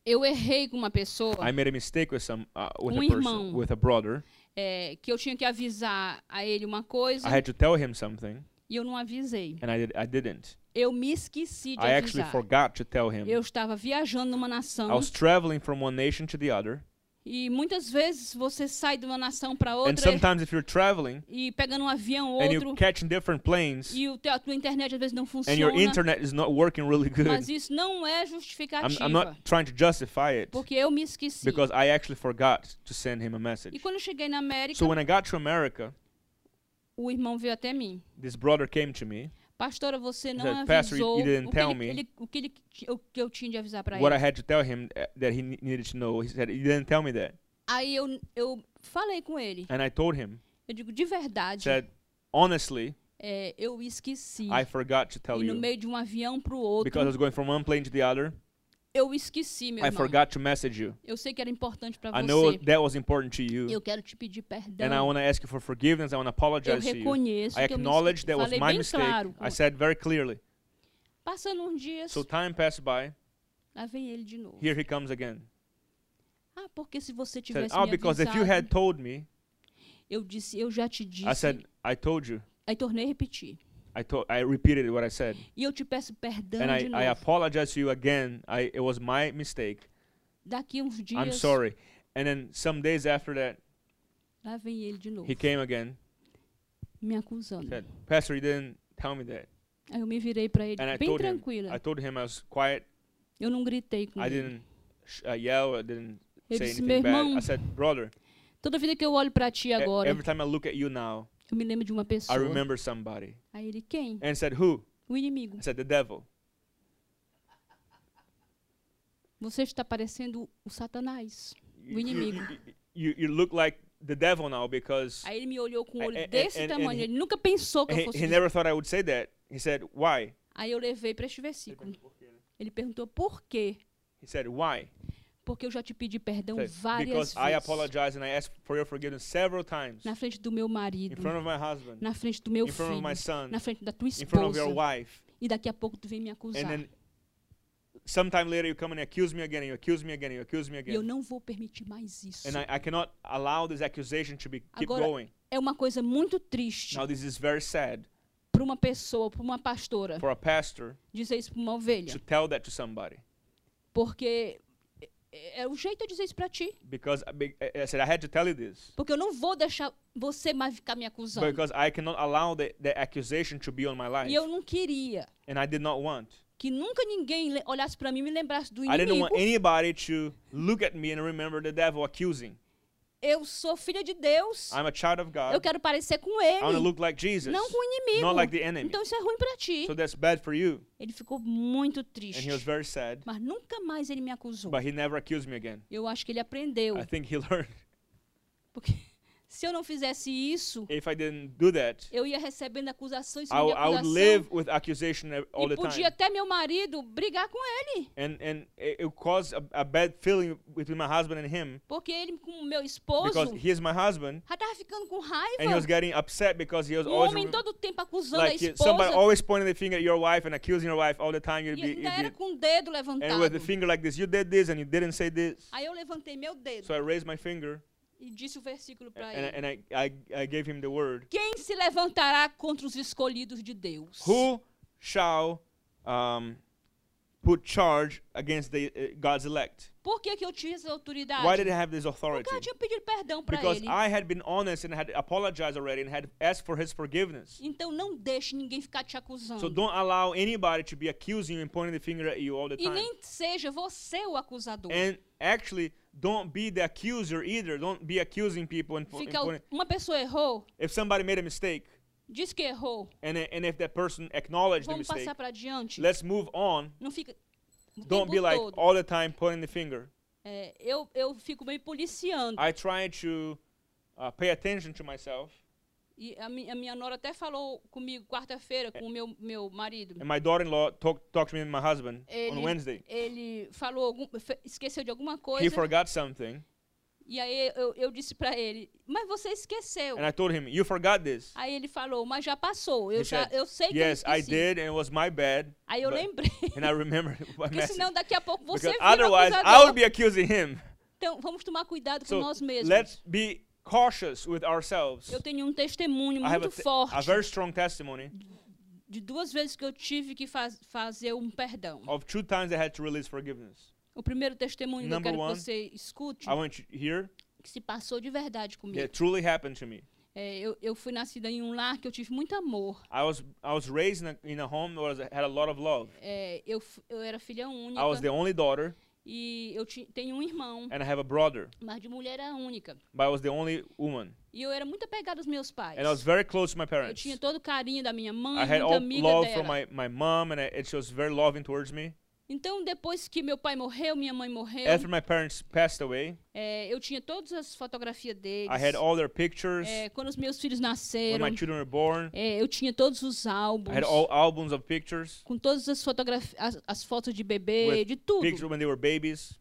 S1: eu errei com uma pessoa
S2: I made a mistake with some uh, with
S1: Um
S2: a person,
S1: irmão.
S2: with a brother.
S1: é, que eu tinha que avisar a ele uma coisa
S2: I had to tell him something,
S1: e eu não avisei.
S2: and I did. I didn't.
S1: Eu me esqueci de
S2: I actually
S1: avisar.
S2: forgot to tell him.
S1: Eu estava viajando numa nação
S2: I was traveling from one nation to the other,
S1: e muitas vezes você sai de uma nação para
S2: and
S1: outra
S2: sometimes if you're traveling
S1: e pegando um avião ou
S2: and you're
S1: outro
S2: catching different planes,
S1: e o teu, a tua internet às vezes não
S2: and your
S1: funciona.
S2: internet is not working really
S1: Mas e
S2: good.
S1: isso não é
S2: I'm,
S1: justificativa,
S2: I'm not trying to justify it
S1: porque eu me esqueci.
S2: because I actually forgot to send him a
S1: E
S2: message.
S1: quando eu cheguei na América,
S2: So when I got to America,
S1: o irmão veio até mim.
S2: this brother came to me.
S1: Pastora, você não
S2: said, "Pastor, you-
S1: avisou
S2: you didn't
S1: o que
S2: tell
S1: ele-
S2: me."
S1: ele- o que ele ti- o que eu tinha de avisar para
S2: what I
S1: ele.
S2: had to tell him uh, that he ne- needed to know. He said he didn't tell me that,
S1: Aí eu, eu falei com ele.
S2: and I told him
S1: Eu digo, de verdade,
S2: É. said honestly
S1: é, eu esqueci.
S2: I forgot to tell
S1: E no
S2: you
S1: meio de um avião para o
S2: because I
S1: outro,
S2: was going from one plane to the other.
S1: eu esqueci, meu
S2: I
S1: irmão.
S2: forgot to message you.
S1: Eu sei que era importante para
S2: I know
S1: você.
S2: that was important to you,
S1: Eu quero te pedir
S2: and I
S1: perdão.
S2: want to ask you for forgiveness. I want to
S1: Eu
S2: apologize to you.
S1: reconheço
S2: I
S1: que eu me
S2: acknowledge
S1: esqueci.
S2: that was
S1: Falei
S2: my
S1: bem
S2: mistake.
S1: claro.
S2: I said very clearly.
S1: Passando uns dias,
S2: So time passed by.
S1: lá vem ele de novo.
S2: Here he comes again.
S1: Ah, porque se você
S2: Said,
S1: tivesse
S2: oh,
S1: me
S2: because if you
S1: avisado,
S2: had told me,
S1: eu disse, eu já te disse.
S2: I said, I told you.
S1: aí tornei a repetir.
S2: I told, I repeated what I said,
S1: E eu te peço perdão
S2: and I,
S1: de
S2: I
S1: novo.
S2: apologize to you again. I it was my mistake.
S1: Daqui uns dias,
S2: I'm sorry. And then some days after that,
S1: lá vem ele de novo,
S2: he came again.
S1: me acusando.
S2: Said, Pastor, you didn't tell me that.
S1: Aí eu me virei para ele,
S2: And I
S1: bem
S2: told him,
S1: tranquila. Mm-hmm.
S2: I told him I was quiet.
S1: eu não gritei com
S2: I
S1: ele.
S2: didn't sh- uh, yell. I didn't
S1: Ele
S2: say
S1: disse, "Meu
S2: anything bad. I
S1: irmão,
S2: said, brother,
S1: Toda vida que eu olho para ti
S2: e-
S1: agora,
S2: every time I look at you now,
S1: eu me lembro de uma
S2: I
S1: pessoa.
S2: remember somebody.
S1: Aí ele, quem?
S2: And said, who?
S1: O inimigo.
S2: I said, the devil.
S1: Você está parecendo o Satanás.
S2: You,
S1: O
S2: you-
S1: inimigo.
S2: you- you, you look like the devil now because
S1: Aí ele me olhou com um olho
S2: And- and-
S1: desse
S2: and- and
S1: tamanho.
S2: he-
S1: ele nunca pensou que eu
S2: he,
S1: fosse.
S2: he never thought I would say that. He said, why?
S1: Aí eu levei para este versículo. Ele perguntou por quê?
S2: He said, why?
S1: Porque eu já te pedi perdão
S2: Said,
S1: várias
S2: because I
S1: vezes.
S2: apologized and I asked for your forgiveness several times
S1: Na frente do meu
S2: in
S1: marido,
S2: front of my husband,
S1: na frente do meu
S2: in front
S1: filho,
S2: of my son,
S1: na frente da tua
S2: in front of
S1: esposa.
S2: your wife.
S1: E daqui a pouco tu vem me
S2: And
S1: acusar.
S2: then sometime later you come and accuse me again and you accuse me again and you accuse me
S1: E eu
S2: again.
S1: não vou permitir mais isso.
S2: And I, I cannot allow this accusation to be keep
S1: Agora-
S2: going.
S1: É uma coisa muito triste
S2: Now this is very sad
S1: para uma pessoa, para uma pastora,
S2: for a pastor
S1: dizer isso para uma ovelha.
S2: to tell that to somebody.
S1: Porque é- é, é o jeito de dizer isso para ti.
S2: Because I, be- uh, I- I said I had to tell you this.
S1: Porque eu não vou deixar você mais ficar me acusando.
S2: Because I cannot allow the, the accusation to be on my life.
S1: E eu não queria
S2: And I did not want.
S1: que nunca ninguém le- olhasse para mim e me lembrasse do
S2: I didn't want
S1: inimigo.
S2: anybody to look at me and remember the devil accusing.
S1: Eu sou filha de Deus.
S2: I'm a child of
S1: Eu
S2: God.
S1: quero parecer com
S2: I want
S1: ele,
S2: to look like Jesus.
S1: não com o inimigo.
S2: Not like the enemy.
S1: Então isso é ruim para ti.
S2: So that's bad for you.
S1: Ele ficou muito
S2: And
S1: triste.
S2: he was very sad.
S1: Mas nunca mais ele me acusou.
S2: But he never accused me again.
S1: Eu acho que ele aprendeu.
S2: I think he learned.
S1: Porque se eu não fizesse isso,
S2: If I didn't do that,
S1: eu ia recebendo acusação em
S2: I,
S1: cima de
S2: w- I would
S1: acusação.
S2: live with accusation ev- all
S1: E
S2: the
S1: podia
S2: time.
S1: até meu marido brigar com ele.
S2: And and it, it caused a, a bad feeling between my husband and him
S1: Porque ele, com o meu esposo,
S2: because he is my husband
S1: já tava ficando com
S2: and he was
S1: raiva.
S2: getting upset because he was
S1: O
S2: always
S1: homem
S2: rem-
S1: todo tempo acusando a
S2: like uh,
S1: esposa.
S2: somebody always pointing the finger at your wife and accusing your wife all the time. You'd
S1: E
S2: be, you'd
S1: ainda era
S2: be
S1: com o dedo
S2: and with the
S1: levantado.
S2: finger like this, you did this and you didn't say this.
S1: Aí eu levantei meu dedo
S2: So I raised my finger
S1: e disse o versículo para
S2: and,
S1: ele.
S2: and I, I I gave him the word.
S1: Quem se levantará contra os escolhidos de Deus?
S2: Who shall um, put charge against the uh, God's elect?
S1: Por que, que eu tinha essa autoridade?
S2: Why did I have this
S1: Porque
S2: authority?
S1: eu tinha pedido perdão para
S2: Because
S1: ele.
S2: I had been honest and had apologized already and had asked for his forgiveness.
S1: Então não deixe ninguém ficar te
S2: So
S1: acusando.
S2: don't allow anybody to be accusing you and pointing the finger at you all the
S1: E
S2: time.
S1: nem seja você o acusador.
S2: And actually, don't be the accuser either. Don't be accusing people and, po- and
S1: Fica o-
S2: pointing.
S1: uma pessoa errou,
S2: If somebody made a mistake
S1: diz que errou.
S2: and, and if that person acknowledged the
S1: Vamos
S2: mistake,
S1: passar para diante.
S2: let's move on.
S1: Não fica o
S2: Don't
S1: tempo
S2: be like "Oh."
S1: todo.
S2: all the time pointing the finger.
S1: É, eu, eu fico meio policiando.
S2: I try to uh, pay attention to myself.
S1: E a, mi- a minha nora até falou comigo quarta-feira com o meu, meu marido.
S2: And my daughter-in-law talked talked to me and my husband É, on
S1: Ele-
S2: Wednesday.
S1: Ele falou, algum- fe- esqueceu de alguma
S2: He
S1: coisa.
S2: forgot something.
S1: E aí eu, eu disse para ele, mas você esqueceu.
S2: And I told him, "You forgot this."
S1: Aí ele falou, mas já passou. Eu
S2: He
S1: já,
S2: said,
S1: eu sei que eu
S2: yes, I
S1: esqueci."
S2: did, and it was my bad.
S1: Aí eu
S2: but-
S1: lembrei.
S2: And I remember my
S1: Porque
S2: message.
S1: senão daqui a pouco você
S2: Because
S1: vira o
S2: otherwise, I
S1: acusador.
S2: would be accusing him.
S1: Então vamos tomar cuidado com
S2: So
S1: nós mesmos.
S2: let's be cautious with ourselves.
S1: Eu tenho um testemunho
S2: I have
S1: muito
S2: a, te-
S1: forte
S2: a very strong testimony
S1: de duas vezes que eu tive que faz- fazer um perdão.
S2: of two times I had to release forgiveness.
S1: O primeiro testemunho
S2: Number
S1: que eu quero
S2: one,
S1: que você escute,
S2: I want you here.
S1: que se passou de verdade comigo.
S2: It truly happened to me.
S1: É, eu, eu fui nascida em um lar que eu tive muito amor.
S2: I was I was raised in a, in a home that was, had a lot of love.
S1: É, eu, fu- eu era filha única
S2: I was the only daughter,
S1: e eu ti- tenho um irmão,
S2: and I have a brother,
S1: mas de mulher era única.
S2: but I was the only woman.
S1: E eu era muito apegada aos meus pais.
S2: And I was very close to my
S1: Eu
S2: parents.
S1: tinha todo o carinho da minha mãe,
S2: I had
S1: muita
S2: all
S1: amiga
S2: love
S1: dela.
S2: from my, my mom, and I, and she was very loving towards me.
S1: Então, depois que meu pai morreu, minha mãe morreu,
S2: After my parents passed away,
S1: é, eu tinha todas as fotografias deles.
S2: I had all their pictures
S1: É, quando os meus filhos
S2: when
S1: nasceram,
S2: my children were born.
S1: é, eu tinha todos os
S2: I
S1: álbuns,
S2: had all albums of pictures,
S1: com todas as fotografias, as, as fotos de bebê,
S2: With
S1: de tudo.
S2: pictures when they were babies.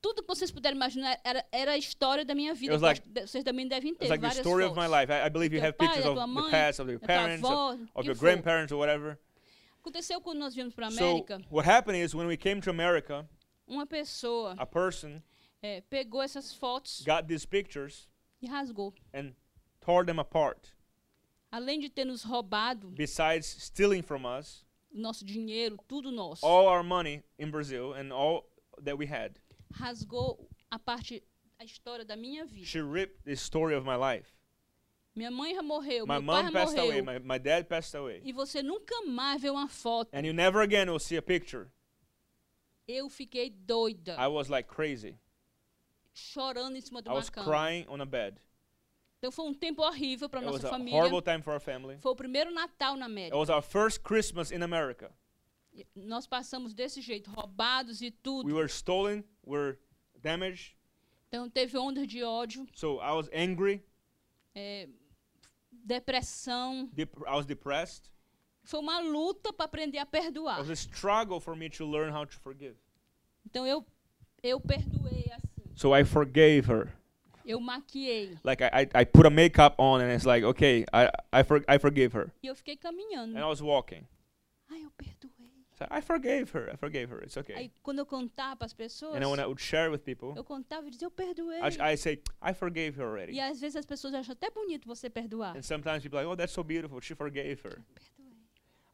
S1: Tudo que vocês puderem imaginar era, era a história da minha vida.
S2: It
S1: que
S2: was
S1: eu acho
S2: like-
S1: que de- vocês também devem ter
S2: It's like the
S1: várias
S2: story
S1: fotos.
S2: of my life. I, I believe you
S1: teu
S2: have
S1: pai,
S2: pictures
S1: da
S2: of
S1: tua
S2: the
S1: mãe,
S2: past, of your
S1: da tua
S2: parents, of,
S1: avó,
S2: of
S1: quem
S2: your
S1: for.
S2: grandparents or whatever.
S1: Aconteceu quando nós viemos para a
S2: So
S1: América,
S2: what happened is when we came to America,
S1: uma pessoa
S2: a person
S1: é, pegou essas fotos
S2: got these pictures
S1: e rasgou.
S2: and tore them apart.
S1: Além de ter nos roubado
S2: Besides stealing from us
S1: o nosso dinheiro, tudo nosso,
S2: all our money in Brazil and all that we had,
S1: rasgou a parte, a história da minha vida.
S2: she ripped the story of my life.
S1: Minha mãe já morreu,
S2: My
S1: meu pai
S2: mom
S1: já
S2: passed away.
S1: morreu.
S2: My, my dad passed away.
S1: E você nunca mais vê uma foto.
S2: And you never again will see a picture.
S1: Eu fiquei doida,
S2: I was like crazy.
S1: chorando em cima de
S2: I
S1: uma
S2: was
S1: cama.
S2: crying on a bed.
S1: Então foi um tempo horrível para
S2: It was
S1: nossa
S2: a
S1: família.
S2: horrible time for our family.
S1: Foi o primeiro Natal na
S2: It
S1: América.
S2: was our first Christmas in America.
S1: E Nós passamos desse jeito, roubados e tudo.
S2: We were stolen, we were damaged.
S1: Então teve ondas de ódio,
S2: So I was angry.
S1: é, depressão.
S2: Dep- I was depressed.
S1: Foi uma luta para aprender a
S2: It
S1: perdoar.
S2: was a struggle for me to learn how to forgive.
S1: Então eu eu perdoei assim,
S2: So I forgave her.
S1: eu maquiei
S2: Like I, I, I put a makeup on and it's like, okay, I, I, for, I forgive her.
S1: e eu fiquei caminhando.
S2: And I was walking.
S1: Ai, eu perdoei.
S2: So I forgave her. I forgave her. It's
S1: Aí
S2: okay.
S1: quando eu contava para as pessoas,
S2: And then when I would share with people,
S1: eu contava e dizia eu perdoei.
S2: I, I say, I forgave her
S1: E
S2: already.
S1: às vezes as pessoas acham até bonito você perdoar.
S2: And sometimes people are like, oh, that's so beautiful. She forgave her.
S1: Perdoei.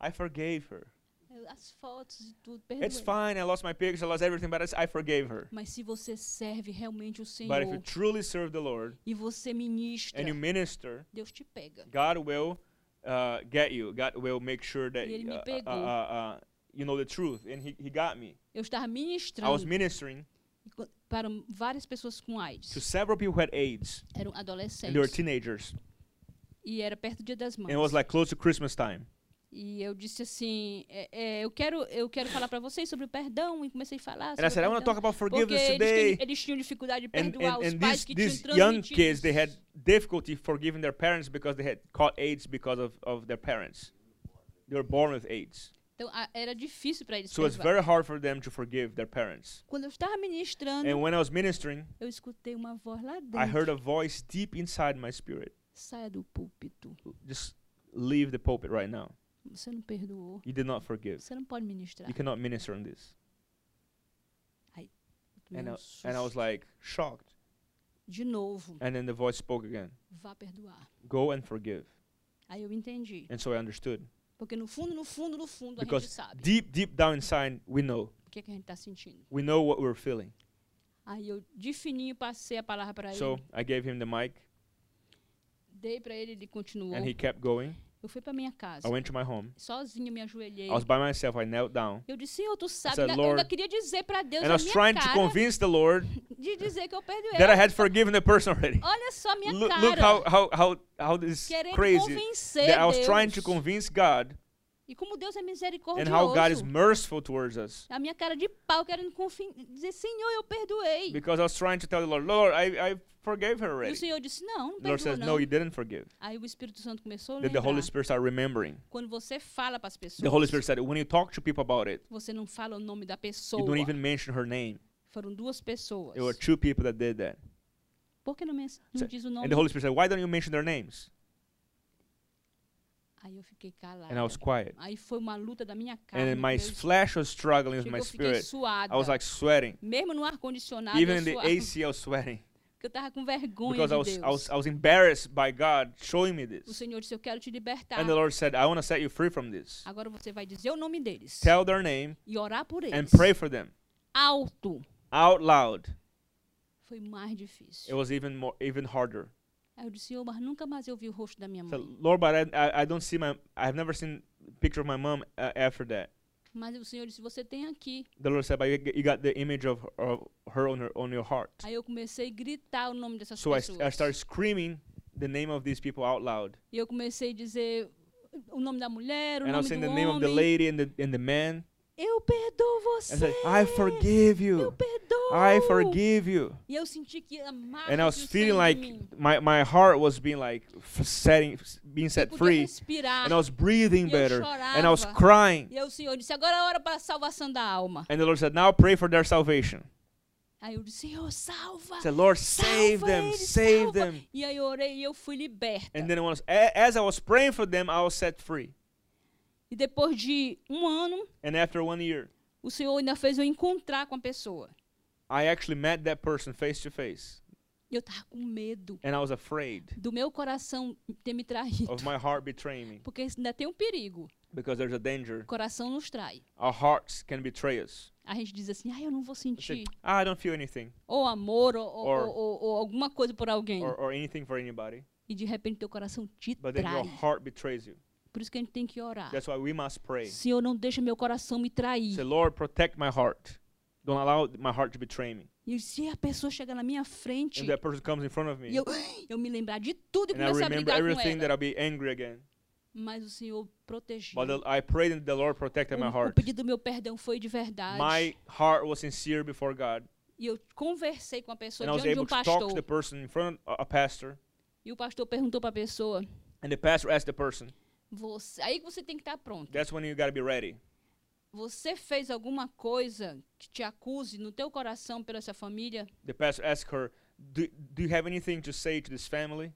S2: I forgave her.
S1: Eu- As fotos e tudo, perdoei.
S2: It's fine. I lost my pictures. I lost everything, but I s- I forgave her.
S1: Mas se você serve realmente o
S2: But if you
S1: Senhor
S2: truly serve the Lord
S1: e você ministra,
S2: and you minister,
S1: Deus te pega.
S2: God will uh, get you. God will make sure that
S1: Ele me
S2: uh, uh, uh,
S1: pegou.
S2: uh, you know the truth. And he, he got me.
S1: Eu estava
S2: I was
S1: ministrando
S2: ministering
S1: co- para várias pessoas com
S2: to
S1: AIDS.
S2: several people who had AIDS.
S1: Eram
S2: And they were
S1: adolescentes.
S2: teenagers.
S1: E era perto do Dia das
S2: And it was
S1: Mães.
S2: like close to Christmas time.
S1: E eu disse assim, é, é, eu, quero, eu quero falar para vocês sobre o perdão. E comecei a falar
S2: And
S1: sobre
S2: I said, I
S1: o
S2: want to talk
S1: perdão.
S2: about
S1: Porque
S2: forgiveness
S1: eles,
S2: today.
S1: têm, eles tinham dificuldade de
S2: and
S1: perdoar
S2: and,
S1: os
S2: and
S1: pais
S2: these,
S1: que tinham
S2: these young kids they had
S1: transmitido.
S2: difficulty forgiving their parents because they had caught AIDS because of, of their parents. They were born with AIDS,
S1: Então a- era difícil para eles
S2: so it's
S1: perdoar.
S2: very hard for them to forgive their parents.
S1: Quando eu estava ministrando,
S2: And when I was ministering,
S1: eu escutei uma voz lá
S2: I
S1: dentro.
S2: heard a voice deep inside my spirit:
S1: Saia do púlpito.
S2: "Just leave the pulpit right now.
S1: Você não perdoou.
S2: You did not forgive.
S1: Você não pode ministrar.
S2: You cannot minister on this."
S1: Eu tomei
S2: And
S1: um
S2: I, and I was
S1: susto.
S2: like shocked.
S1: De novo,
S2: And then the voice spoke again:
S1: vá perdoar.
S2: "Go and forgive."
S1: Aí eu entendi.
S2: And so I understood
S1: Porque no fundo, no fundo, no fundo, a
S2: Because
S1: gente sabe
S2: deep, deep down inside, we know.
S1: o que, que a gente está sentindo.
S2: We know what we're feeling.
S1: Aí eu, de fininho, passei a palavra para ele.
S2: So I gave him the mic.
S1: dei para ele, ele continuou.
S2: And he kept going.
S1: Eu fui para minha casa.
S2: I went to my home.
S1: Sozinha, me ajoelhei.
S2: I was by myself. I knelt down.
S1: Eu disse, Senhor, tu sabe.
S2: said,
S1: ainda- eu ainda
S2: "Lord,"
S1: queria dizer para Deus
S2: And I
S1: na
S2: was
S1: minha
S2: trying to
S1: cara
S2: convince the Lord
S1: de dizer que eu perdoei.
S2: that I had forgiven the person already.
S1: Olha só a minha
S2: Look,
S1: cara.
S2: look how, how, how, how this is
S1: querendo
S2: crazy.
S1: convencer
S2: That I was
S1: Deus.
S2: trying to convince God
S1: E como Deus é
S2: and
S1: misericordioso.
S2: how God is merciful towards us.
S1: A minha cara de pau querendo confin- dizer, Senhor, eu perdoei.
S2: Because I was trying to tell the Lord, Lord, I, I forgave her
S1: E o
S2: already.
S1: Senhor disse, não, não
S2: The Lord
S1: perdoa
S2: says,
S1: não.
S2: No, you didn't forgive.
S1: Aí o Espírito Santo começou a
S2: Then the Holy
S1: lembrar.
S2: Spirit started remembering.
S1: Quando você fala para as pessoas,
S2: The Holy Spirit said, When you talk to people about it,
S1: você não fala o nome da pessoa.
S2: you don't even mention her name.
S1: Foram duas pessoas.
S2: There were two people that did that.
S1: Por que não, men- não
S2: So-
S1: diz o nome?
S2: And the Holy Spirit said, Why don't you mention their names?
S1: Aí eu fiquei calada.
S2: And I was quiet.
S1: Aí foi uma luta da minha cara.
S2: and then
S1: meu
S2: my
S1: Deus.
S2: flesh was struggling with
S1: Chegou,
S2: my
S1: eu fiquei
S2: spirit.
S1: suada.
S2: I was like sweating,
S1: Mesmo no ar-condicionado,
S2: even
S1: eu
S2: in the
S1: suava,
S2: AC, I was sweating
S1: porque eu estava com vergonha
S2: because
S1: de
S2: I was,
S1: Deus.
S2: I was I was embarrassed by God showing me
S1: O
S2: this.
S1: Senhor disse, eu quero te libertar.
S2: And the Lord said, "I want to set you free from this.
S1: Agora você vai dizer o nome deles
S2: Tell their name
S1: e orar por eles.
S2: and pray for them
S1: Alto.
S2: out loud."
S1: Foi mais
S2: It
S1: difícil.
S2: was even more, even harder.
S1: Aí eu disse, Senhor, mas nunca mais eu vi o rosto da minha
S2: So,
S1: mãe.
S2: Lord, but I, I, I don't see my I've never seen picture of my mom uh, after that.
S1: Mas o Senhor disse, você tem aqui.
S2: The Lord said, "But you, you got the image of, of her on her on your heart."
S1: Aí eu comecei a gritar o nome dessas
S2: So I, s-
S1: pessoas.
S2: I started screaming the name of these people out loud.
S1: E eu comecei a dizer o nome da mulher, o
S2: and I
S1: nome
S2: was
S1: do
S2: saying the
S1: homem.
S2: name of the lady and the and the man.
S1: Eu perdoo
S2: I
S1: você.
S2: said, I forgive
S1: Eu
S2: you.
S1: perdoo.
S2: I forgive you.
S1: E eu senti que amava
S2: And I was feeling like
S1: mim.
S2: my, my heart was being like f- setting, s- being
S1: Eu
S2: set
S1: podia
S2: free,
S1: respirar.
S2: and I was breathing
S1: E eu
S2: better, and I was
S1: chorava.
S2: crying.
S1: E aí o Senhor disse, agora é a hora para a salvação da alma.
S2: And the Lord said, now pray for their salvation.
S1: Aí eu disse, Senhor, salva.
S2: I said, Lord,
S1: salva
S2: save them,
S1: eles,
S2: save
S1: salva."
S2: them.
S1: E aí eu orei e eu fui liberta.
S2: And then when I was, a- as I was praying for them, I was set free.
S1: E depois de um ano,
S2: And after one year,
S1: o Senhor ainda fez eu encontrar com a pessoa.
S2: I actually met that person face to face.
S1: E eu tava com medo
S2: And I was afraid
S1: do meu coração ter me traído.
S2: of my heart betraying me
S1: Porque isso ainda tem um perigo.
S2: because there's a danger.
S1: O coração nos trai.
S2: Our hearts can betray us.
S1: A gente diz assim, ah, eu não vou
S2: We say,
S1: sentir.
S2: "Ah, I don't feel anything
S1: Ou amor, ou, ou-
S2: Or-
S1: ou- ou alguma coisa por alguém.
S2: or, or anything for anybody.
S1: E de repente teu coração te
S2: But then your
S1: trai.
S2: heart betrays you.
S1: Por isso que a gente tem que orar.
S2: That's why we must pray.
S1: Senhor, não deixa meu coração me trair.
S2: Say, Lord, protect my heart. Don't allow my heart to betray me.
S1: E se a pessoa chegar na minha frente
S2: If that person comes in front of
S1: e
S2: me
S1: eu, eu me lembrar de tudo e
S2: and I
S1: começar a
S2: remember
S1: brigar com
S2: everything,
S1: ela.
S2: that I'll be angry again.
S1: Mas o Senhor protegeu.
S2: But the- I prayed that the Lord protected my
S1: O, o
S2: heart.
S1: pedido do meu perdão foi de verdade.
S2: My heart was sincere before God,
S1: E eu conversei com a pessoa
S2: and I was
S1: diante de
S2: able
S1: um
S2: to talk
S1: pastor.
S2: to the person in front of a pastor,
S1: E o pastor perguntou para a pessoa:
S2: and the pastor asked the person,
S1: você, aí que você tem que estar pronto.
S2: "That's when you got to be ready.
S1: Você fez alguma coisa que te acuse no teu coração pela essa família?
S2: The pastor asked her, do, do you have anything to say to this family?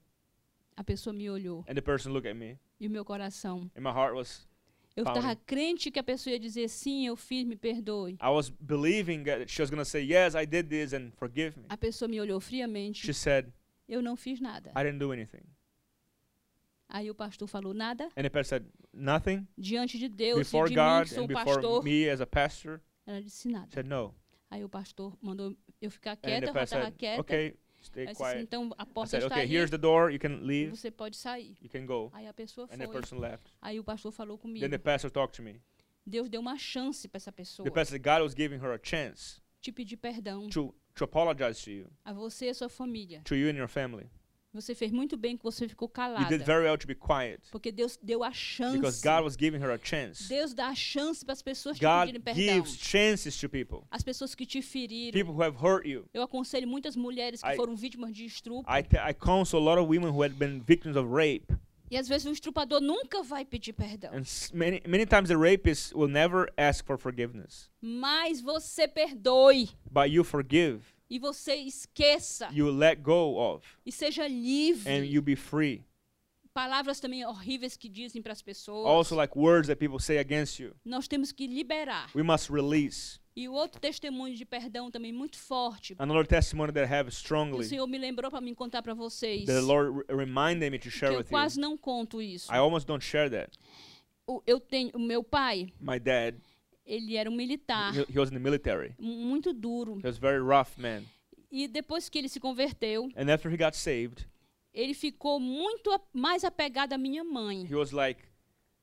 S1: A pessoa me olhou
S2: And the person looked at me,
S1: e o meu coração.
S2: and my heart was,
S1: Eu
S2: Paulo.
S1: estava crente que a pessoa ia dizer sim, eu fiz, me perdoe.
S2: I was believing that she was going to say, yes, I did this, and forgive me.
S1: A pessoa me olhou friamente.
S2: She said,
S1: Eu não fiz nada.
S2: I didn't do anything.
S1: Aí o pastor falou nada
S2: And the pastor said, nothing?
S1: diante de Deus
S2: Before
S1: e de mim,
S2: God
S1: que sou
S2: and
S1: o
S2: before
S1: pastor.
S2: me as a pastor?
S1: Ela disse nada.
S2: said, no.
S1: Aí o pastor mandou eu ficar
S2: And
S1: quieta,
S2: the
S1: eu
S2: pastor
S1: estava
S2: said,
S1: quieta.
S2: okay,
S1: Ela
S2: stay
S1: disse assim,
S2: quiet.
S1: então a
S2: I
S1: porta
S2: said,
S1: está
S2: okay, Ah, here's
S1: aí,
S2: the door. You can leave.
S1: você pode sair.
S2: You can go.
S1: Aí a pessoa
S2: And the
S1: foi.
S2: person left.
S1: Aí o pastor falou comigo.
S2: Then the pastor talked to me.
S1: Deus deu uma chance para essa pessoa.
S2: The pastor said, God was giving her a chance
S1: Te pedir perdão
S2: to, to apologize to you,
S1: a você e a sua família.
S2: to you and your family.
S1: Você fez muito bem que você ficou
S2: You
S1: calada.
S2: did very well to be quiet
S1: Porque Deus deu a
S2: because
S1: chance.
S2: God was giving her a chance.
S1: Deus dá a chance para as pessoas te
S2: God
S1: pedirem perdão.
S2: gives chances to people,
S1: As pessoas que te feriram.
S2: people who have hurt you.
S1: Eu aconselho muitas mulheres que
S2: I-
S1: foram vítimas de estupro.
S2: I, t- I counsel a lot of women who had been victims of rape,
S1: E às vezes o estrupador nunca vai pedir perdão.
S2: and s- many many times the rapist will never ask for forgiveness.
S1: Mas você perdoe.
S2: But you forgive,
S1: E você esqueça.
S2: you let go of,
S1: E seja
S2: and
S1: livre.
S2: you be free.
S1: Palavras também horríveis que dizem para as pessoas.
S2: Also, like words that people say against you,
S1: Nós temos que liberar.
S2: we must release.
S1: E o outro testemunho de perdão também muito forte. que
S2: Another testimony that I have
S1: O
S2: strongly
S1: Senhor me lembrou para me contar para vocês.
S2: the Lord r- reminded me
S1: Que
S2: to share
S1: eu
S2: with you.
S1: quase não conto isso.
S2: I almost don't share that.
S1: O- Eu tenho, o meu pai,
S2: My dad,
S1: ele era um militar,
S2: he, he was in the military.
S1: mu- muito duro.
S2: He was a very rough man.
S1: E depois que ele se converteu,
S2: And after he got saved,
S1: ele ficou muito a- mais apegado à minha mãe.
S2: he was like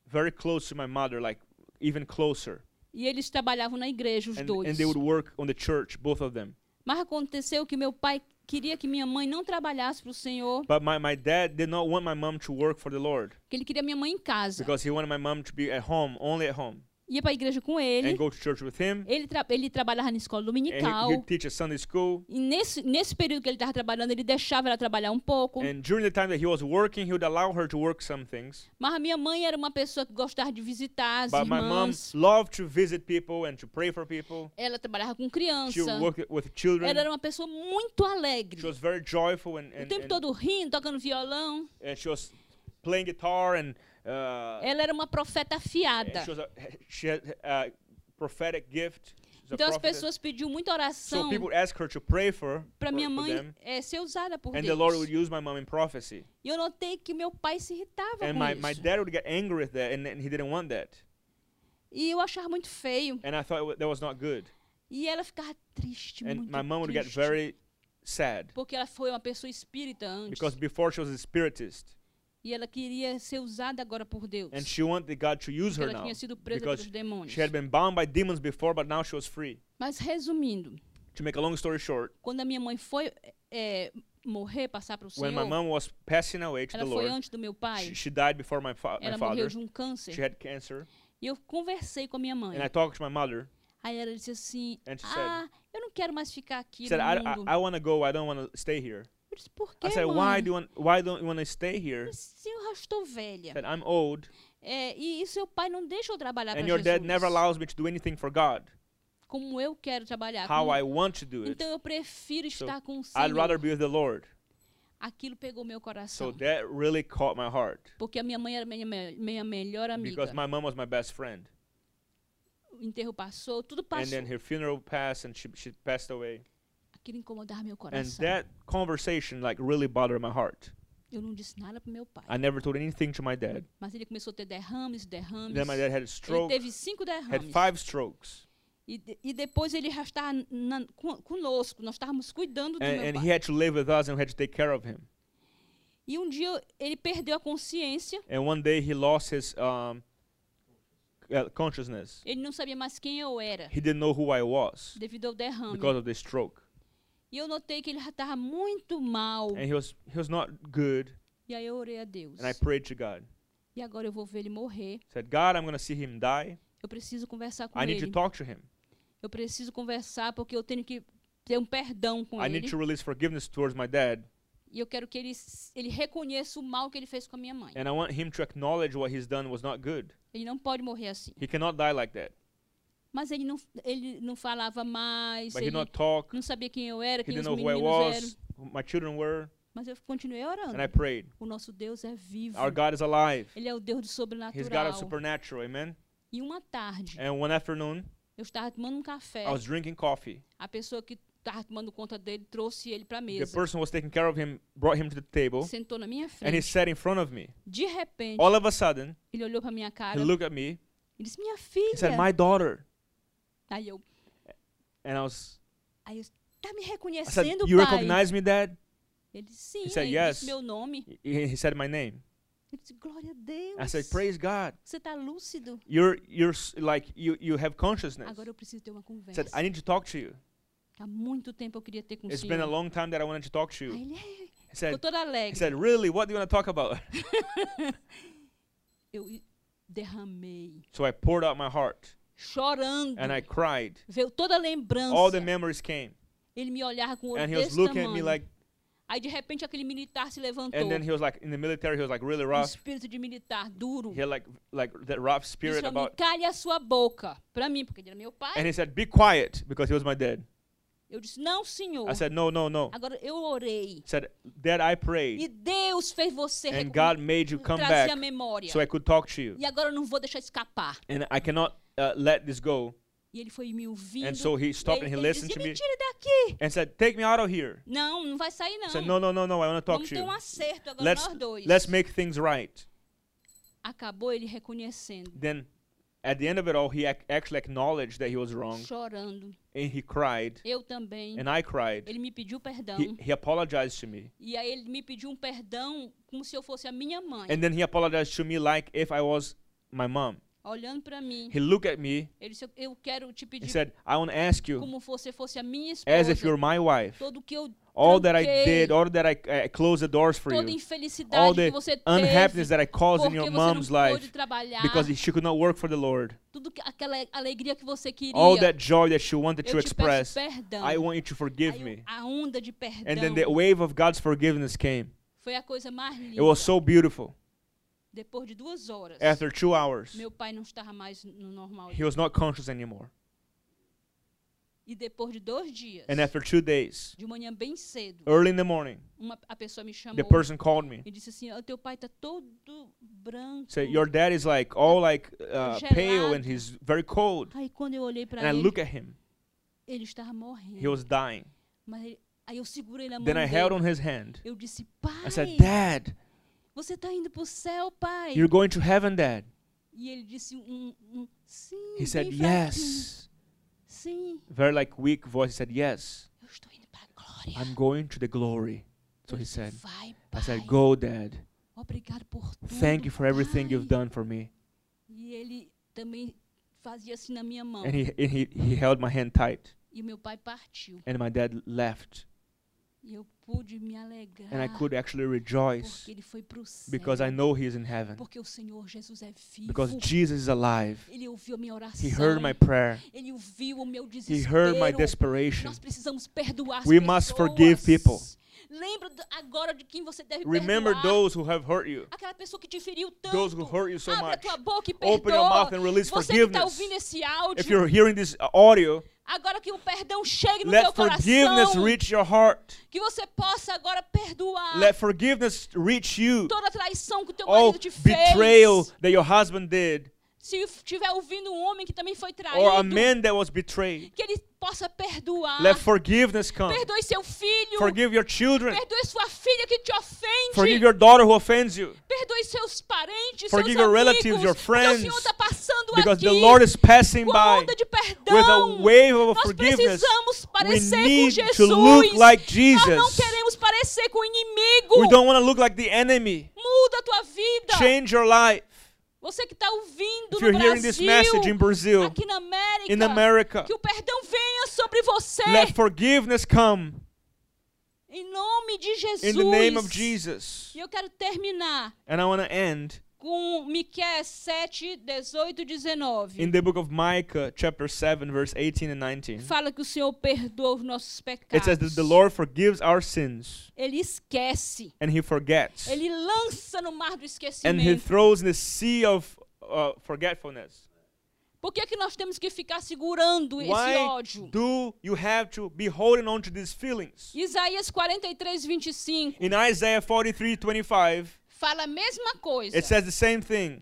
S2: very close to my mother, like even closer.
S1: E eles trabalhavam na igreja, os
S2: And,
S1: dois.
S2: and they would work on the church, both of them.
S1: Mas aconteceu que meu pai queria que minha mãe não trabalhasse para o Senhor,
S2: But my, my dad did not want my mom to work for the Lord
S1: que ele queria minha mãe em casa.
S2: because he wanted my mom to be at home, only at home,
S1: Ia para a igreja com
S2: and
S1: ele.
S2: go to church with him.
S1: Ele, tra- ele trabalhava na escola
S2: And
S1: dominical.
S2: he, he'd teach at Sunday school.
S1: E nesse, nesse período que ele estava trabalhando, ele deixava ela trabalhar um pouco.
S2: And during the time that he was working, he would allow her to work some things.
S1: Mas a minha mãe era uma pessoa que gostava de visitar as
S2: But my mom
S1: irmãs.
S2: loved to visit people and to pray for people.
S1: Ela trabalhava com
S2: She would
S1: criança.
S2: work with
S1: Ela
S2: children.
S1: era uma pessoa muito alegre.
S2: She was very joyful and,
S1: O
S2: and,
S1: tempo
S2: and,
S1: todo rindo, tocando violão.
S2: and she was playing guitar and uh,
S1: Ela era uma profeta
S2: And
S1: afiada.
S2: She was a, she had a prophetic gift. She's a
S1: Então as
S2: prophetess.
S1: pessoas pediam muita
S2: so
S1: oração
S2: people ask her to pray for,
S1: para
S2: for-
S1: minha
S2: for
S1: mãe
S2: them,
S1: é, ser usada por
S2: and the Lord would
S1: Deus.
S2: use my mom in prophecy.
S1: E eu notei que meu pai se irritava
S2: And my,
S1: com
S2: my
S1: isso.
S2: dad would get angry with that, and, and he didn't want that.
S1: E eu achava muito feio.
S2: And I thought it wa- that was not good.
S1: E ela ficava triste,
S2: And my
S1: muito
S2: mom would get
S1: triste.
S2: very sad
S1: Porque ela foi uma pessoa espírita antes.
S2: because before she was a spiritist,
S1: E ela queria ser usada agora por Deus.
S2: and she wanted God to use
S1: Porque
S2: her
S1: ela
S2: now
S1: tinha sido presa pelos
S2: because
S1: demônios.
S2: she had been bound by demons before, but now she was free.
S1: Mas resumindo,
S2: To make a long story short,
S1: quando a minha mãe foi é, morrer, passar para o Senhor,
S2: when my mom was passing away to the
S1: ela foi
S2: Lord,
S1: antes do meu
S2: she,
S1: pai.
S2: she died before my, fa- my
S1: Ela morreu
S2: father.
S1: de um
S2: She
S1: câncer.
S2: had cancer.
S1: E eu conversei com a minha mãe.
S2: And I talked to my mother.
S1: Aí ela disse assim:
S2: And she said-
S1: Ah, eu não quero mais ficar aqui
S2: She
S1: no
S2: said, "I, I,
S1: mundo.
S2: I want to go. I don't want to stay here."
S1: Eu disse: Por que,
S2: I said, "Why
S1: mãe?
S2: do you want? Why don't you want to stay
S1: Eu
S2: here?"
S1: disse, "Sim, eu já estou
S2: She
S1: velha.
S2: said, "I'm old,
S1: É, e, e seu pai não deixa eu trabalhar para
S2: and your
S1: Jesus.
S2: dad never allows me to do anything for God.
S1: Como eu quero trabalhar.
S2: How
S1: como-
S2: I want to do it.
S1: Então eu prefiro estar com o Senhor.
S2: I'd rather be with the Lord."
S1: Aquilo pegou meu coração.
S2: So that really caught my heart
S1: Porque a minha mãe era minha, me- minha melhor amiga.
S2: because my mom was my best friend.
S1: O enterro passou, tudo
S2: And
S1: passou.
S2: then her funeral passed and she, she passed away.
S1: Aquilo incomodava meu
S2: And
S1: coração.
S2: that conversation like really bothered my heart.
S1: Eu não disse nada pro meu pai.
S2: I never told anything to my dad.
S1: Mas ele começou a ter derrames, derrames.
S2: Then my dad had a
S1: ele
S2: stroke,
S1: teve cinco
S2: had
S1: derrames.
S2: five strokes,
S1: E, de- e depois ele já estava na- co- conosco, nós estávamos cuidando do
S2: and,
S1: meu
S2: and
S1: pai.
S2: he had to live with us and we had to take care of him.
S1: E um dia ele perdeu a consciência,
S2: And one day he lost his um, uh, consciousness.
S1: ele não sabia mais quem eu era,
S2: He didn't know who I was
S1: devido ao derrame.
S2: because of the stroke,
S1: E eu notei que ele já estava muito mal.
S2: and he was he was not good.
S1: E aí eu orei a Deus.
S2: And I prayed to God,
S1: E agora eu vou ver ele morrer.
S2: said, God, I'm gonna see him die.
S1: Eu preciso conversar com
S2: I need to
S1: ele.
S2: talk to him.
S1: Eu preciso conversar porque eu tenho que ter um perdão com
S2: I
S1: ele.
S2: need to release forgiveness towards my dad,
S1: E eu quero que ele, s- ele reconheça o mal que ele fez com a minha mãe.
S2: and I want him to acknowledge what he's done was not good.
S1: Ele não pode morrer assim.
S2: He cannot die like that.
S1: Mas ele não, ele não falava mais,
S2: But he
S1: ele
S2: not talk.
S1: não sabia quem eu era,
S2: He
S1: quem
S2: didn't
S1: os
S2: know who I
S1: meninos eram.
S2: was, who my children were,
S1: Mas eu continuei orando.
S2: and I prayed.
S1: O nosso Deus é vivo.
S2: Our God is alive.
S1: Ele é o Deus do
S2: He's God
S1: sobrenatural.
S2: of supernatural, amen.
S1: E uma tarde,
S2: And one afternoon,
S1: eu estava tomando um café.
S2: É. I was drinking coffee.
S1: A pessoa que estava tomando conta dele trouxe ele para a
S2: The
S1: mesa.
S2: person who was taking care of him, brought him to the table,
S1: Sentou na minha
S2: and he
S1: frente.
S2: sat in front of me.
S1: De repente,
S2: All of a sudden,
S1: ele olhou para minha
S2: he
S1: cara
S2: looked at me.
S1: e disse: Minha
S2: He said,
S1: filha.
S2: "My daughter,"
S1: Aí eu,
S2: and I was.
S1: aí eu tá me
S2: I said,
S1: reconhecendo,
S2: "You
S1: pai?
S2: recognize me, Dad?"
S1: Ele disse: Sim,
S2: He said,
S1: ele
S2: "Yes."
S1: disse meu nome.
S2: He he said my name.
S1: Ele disse: Glória a
S2: I
S1: Deus.
S2: said, "Praise God.
S1: Você está lúcido.
S2: You're you're s- like you you have consciousness."
S1: Agora eu preciso ter uma
S2: I
S1: conversa.
S2: said, "I need to talk to you.
S1: Há muito tempo eu queria ter com o
S2: It's been a
S1: senhor.
S2: long time that I wanted to talk to
S1: Aí
S2: you."
S1: ele "Ei",
S2: He
S1: ficou
S2: said,
S1: todo
S2: "He
S1: alegre.
S2: said, really? What do you want to talk about?"
S1: Eu i- derramei,
S2: So I poured out my heart
S1: chorando.
S2: and I cried.
S1: Veio toda a lembrança.
S2: All the memories came,
S1: Ele me olhava com o olho
S2: and he was
S1: desse
S2: looking at me
S1: tamanho.
S2: like.
S1: Aí de repente aquele militar se levantou.
S2: And then he was like, in the military, he was like really
S1: Um
S2: rough.
S1: espírito de militar duro.
S2: He had like like that rough
S1: Disse
S2: spirit
S1: pra mim,
S2: about.
S1: cale a sua boca. Pra mim, porque ele era meu pai.
S2: And he said, "Be quiet," because he was my dad.
S1: Eu disse, não, senhor.
S2: Oh. I said, "No, no, no."
S1: Agora eu orei.
S2: He said, "Dad, I
S1: E
S2: prayed,
S1: Deus fez você
S2: and
S1: recon-
S2: God made you come
S1: trazer
S2: back
S1: a memória.
S2: so I could talk to you,
S1: E agora eu não vou deixar escapar.
S2: and I cannot uh, let this go."
S1: E ele foi me ouvindo.
S2: And so he stopped
S1: e
S2: and
S1: ele,
S2: he
S1: ele
S2: listened
S1: disse,
S2: to
S1: me
S2: me
S1: tire daqui.
S2: and said, "Take me out of here."
S1: Não, não vai sair
S2: I
S1: não.
S2: said, "No, no, no, no. I want to talk
S1: Vamos
S2: to
S1: ter um
S2: you.
S1: acerto agora
S2: Let's
S1: nós dois.
S2: let's make things right."
S1: Acabou ele reconhecendo,
S2: Then, at the end of it all, he ac- actually acknowledged that he was wrong,
S1: chorando.
S2: and he cried,
S1: Eu também.
S2: and I cried.
S1: Ele me pediu perdão.
S2: He, he apologized to me.
S1: E aí ele me pediu um perdão como se eu fosse a minha mãe.
S2: And then he apologized to me like if I was my mom.
S1: Olhando pra mim,
S2: He looked at me
S1: ele disse, eu quero te
S2: and
S1: pedir
S2: said, I want to ask you,
S1: como você fosse a minha
S2: as if
S1: esposa.
S2: you're my wife,
S1: Todo que eu
S2: all that I
S1: tranquei,
S2: did, all that I I closed the doors for
S1: toda
S2: you,
S1: infelicidade
S2: all
S1: que
S2: the
S1: você teve,
S2: unhappiness that I caused in
S1: porque
S2: your
S1: você
S2: mom's
S1: não pôde
S2: life
S1: trabalhar,
S2: because she could not work for the Lord,
S1: tudo que, aquela alegria que você queria,
S2: all that joy that she wanted
S1: eu
S2: to
S1: te peço
S2: express,
S1: perdão.
S2: I want you to forgive
S1: Aí
S2: me.
S1: a onda de perdão
S2: And then the wave of God's forgiveness came.
S1: foi a coisa mais linda.
S2: It was so beautiful.
S1: Depois de duas horas,
S2: After two hours,
S1: meu pai não estava mais no normal.
S2: he was not conscious anymore.
S1: E depois de dois dias,
S2: And after two days,
S1: de manhã bem cedo,
S2: early in the morning,
S1: uma, a pessoa me chamou
S2: the person called me.
S1: e disse assim, o teu pai está todo branco.
S2: So your dad is like all like uh, pale
S1: Gelado.
S2: and he's very cold.
S1: Aí quando eu olhei para
S2: And I
S1: ele,
S2: look at him.
S1: ele estava morrendo.
S2: He was dying.
S1: Mas ele- aí eu segurei na mão
S2: Then I
S1: dele.
S2: held on his hand.
S1: Eu disse, pai,
S2: I said, Dad,
S1: você está indo para o céu, pai.
S2: you're going to heaven, Dad.
S1: E ele disse um, um sim,
S2: He said,
S1: bem fraquinho.
S2: Yes.
S1: Sim,
S2: Very like weak voice. He said, Yes.
S1: eu estou indo para a glória.
S2: I'm going to the glory. So he said,
S1: Vai,
S2: I
S1: pai.
S2: said, Go, Dad.
S1: Obrigado por tudo.
S2: Thank you for everything
S1: pai."
S2: you've done for me.
S1: E ele também fazia assim na minha mão.
S2: And he, and he, he held my hand tight.
S1: E meu pai partiu.
S2: And my dad left.
S1: E eu pude me alegrar.
S2: And I could actually
S1: porque
S2: rejoice
S1: ele foi para o céu.
S2: because I know he's in heaven.
S1: Porque o Senhor Jesus é vivo.
S2: Because Jesus is alive.
S1: ele ouviu a minha oração.
S2: He heard my prayer.
S1: ele ouviu o meu
S2: He
S1: desespero.
S2: heard my desperation.
S1: Nós precisamos perdoar as
S2: We
S1: pessoas.
S2: must forgive people.
S1: Lembra do- agora de quem você deve
S2: Remember
S1: perdoar.
S2: those who have hurt you,
S1: Aquela pessoa que te feriu tanto.
S2: those who hurt you so
S1: Abre a
S2: much.
S1: tua boca e perdoa.
S2: Open your mouth and release
S1: você que está
S2: forgiveness.
S1: ouvindo esse áudio,
S2: If you're hearing this uh, audio,
S1: Agora que o perdão chegue no teu
S2: Let forgiveness
S1: coração,
S2: reach your heart.
S1: que você possa agora perdoar
S2: Let forgiveness reach you.
S1: toda a traição que o teu
S2: All
S1: marido te fez.
S2: betrayal that your husband did,
S1: Se estiver ouvindo um homem que também foi traído,
S2: or a man that was betrayed.
S1: que ele possa perdoar.
S2: Let forgiveness come.
S1: Perdoe seu filho.
S2: Forgive your children.
S1: Perdoe sua filha que te ofende.
S2: Forgive your daughter who offends you.
S1: Perdoe seus parentes,
S2: Forgive
S1: seus
S2: your
S1: amigos,
S2: relatives,
S1: porque o Senhor
S2: your friends,
S1: está tá passando
S2: Because
S1: aqui
S2: the Lord is passing
S1: com a
S2: by
S1: onda de
S2: with
S1: perdão.
S2: a wave of
S1: Nós
S2: forgiveness.
S1: precisamos
S2: We
S1: parecer com
S2: need
S1: Jesus.
S2: to look like
S1: Nós não
S2: Jesus.
S1: queremos parecer com o
S2: We
S1: inimigo.
S2: don't want to look like the enemy.
S1: Muda a tua vida.
S2: Change your life.
S1: Você que está ouvindo
S2: If you're
S1: no
S2: hearing this
S1: Brasil,
S2: message in Brazil,
S1: aqui na América,
S2: in America,
S1: que o perdão venha sobre você.
S2: let forgiveness come
S1: Em nome de Jesus.
S2: in the name of Jesus.
S1: E eu quero terminar
S2: And I want to end
S1: com Miqueias 7, 18 e 19.
S2: in the book of Micah, chapter 7, verse 18 and 19.
S1: Fala que o Senhor perdoa os nossos
S2: It
S1: pecados.
S2: says that the Lord forgives our sins
S1: Ele esquece.
S2: and he forgets.
S1: Ele lança no mar do
S2: And he
S1: esquecimento.
S2: throws in the sea of uh, forgetfulness.
S1: Por que, que nós temos que ficar segurando esse
S2: Why
S1: ódio?
S2: do you have to be holding on to these feelings?
S1: Isaías 43, 25
S2: In Isaiah 43 25,
S1: fala a mesma coisa.
S2: it says the same thing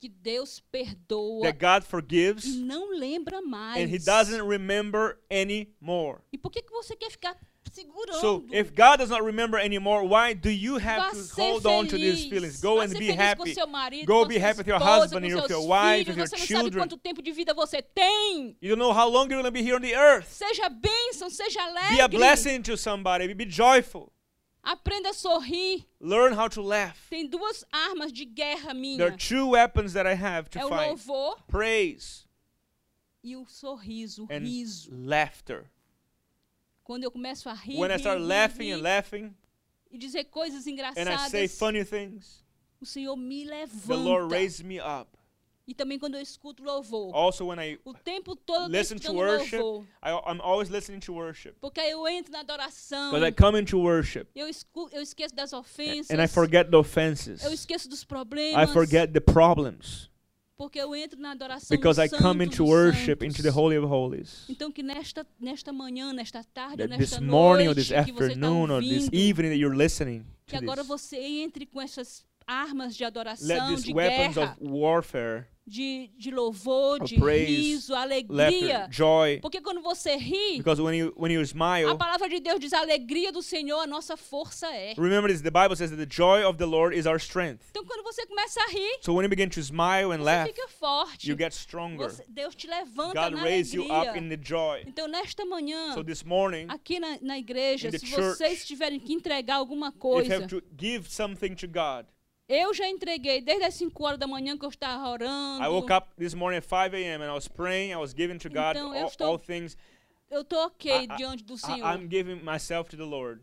S1: Que Deus perdoa
S2: that God
S1: e
S2: forgives
S1: não lembra mais.
S2: and He doesn't remember anymore.
S1: E por que, que você quer ficar segurando?
S2: So, if God does not remember anymore, why do you
S1: Oh, Vá
S2: have to
S1: ser
S2: hold on to these
S1: feliz.
S2: feelings? Go
S1: Vá
S2: and
S1: ser
S2: be
S1: feliz Com
S2: happy.
S1: seu marido,
S2: Go
S1: com
S2: be
S1: sua
S2: happy with your
S1: esposa,
S2: husband,
S1: com
S2: with
S1: seus
S2: your
S1: filhos.
S2: wife, with your
S1: você não sabe
S2: children.
S1: quanto tempo de vida você tem.
S2: You don't know how long you're going to be here on the earth.
S1: Seja bênção, seja
S2: Be a
S1: alegre.
S2: blessing to somebody. Be joyful.
S1: Aprenda a sorrir.
S2: Learn how to laugh.
S1: Tem duas armas de guerra minha.
S2: There are two weapons that I have
S1: É
S2: to
S1: o
S2: fight
S1: louvor
S2: praise
S1: e o sorriso, o
S2: and
S1: riso.
S2: laughter.
S1: Quando eu começo a rir,
S2: When I
S1: rir,
S2: start
S1: rir,
S2: laughing and
S1: rir,
S2: laughing
S1: e dizer coisas
S2: and I say
S1: engraçadas,
S2: funny things,
S1: o Senhor me
S2: the Lord
S1: levanta.
S2: raises me up.
S1: E também quando eu escuto louvor.
S2: Also, when I
S1: O tempo todo eu estou
S2: listen to
S1: escutando
S2: worship,
S1: louvor.
S2: I, I'm always listening to worship.
S1: Porque eu entro na adoração.
S2: Because I come into worship
S1: Eu, escu- eu esqueço das ofensas.
S2: and I forget the
S1: Eu
S2: offenses.
S1: esqueço dos
S2: I
S1: problemas.
S2: forget the problems.
S1: Porque eu entro na adoração
S2: Because
S1: do
S2: I
S1: santo,
S2: come into
S1: dos
S2: worship,
S1: santos.
S2: into the Holy of Holies.
S1: Então que nesta, nesta manhã, nesta tarde, ou
S2: That
S1: nesta
S2: this morning
S1: noite
S2: or this
S1: que você está
S2: afternoon or this
S1: ouvindo,
S2: evening that you're listening
S1: que
S2: to
S1: agora
S2: this,
S1: você entre com essas armas de
S2: let
S1: adoração,
S2: these
S1: de
S2: weapons
S1: guerra,
S2: of warfare,
S1: de, de louvor,
S2: of
S1: de
S2: praise,
S1: riso, alegria.
S2: laughter, joy,
S1: Porque quando você ri,
S2: because when you when you
S1: a
S2: smile,
S1: palavra de Deus diz a alegria do Senhor, a nossa força é.
S2: remember this: the Bible says that the joy of the Lord is our strength.
S1: Então quando você começa a rir,
S2: So when you begin to smile and
S1: você
S2: laugh,
S1: fica forte.
S2: you get stronger.
S1: Você- Deus te levanta
S2: God
S1: na
S2: raise you
S1: alegria.
S2: up in the joy.
S1: Então, nesta manhã,
S2: So this morning,
S1: aqui na, na igreja,
S2: in the
S1: se
S2: church,
S1: vocês tiverem que entregar alguma
S2: if you
S1: coisa,
S2: have to give something to God,
S1: eu já entreguei desde as 5 horas da manhã que eu estava orando.
S2: I woke up this morning at 5 a.m. and I was praying. I was giving to God
S1: Então, eu
S2: all,
S1: estou-
S2: all things.
S1: Eu tô ok
S2: I- I-
S1: diante do Senhor.
S2: I, am giving myself to the Lord.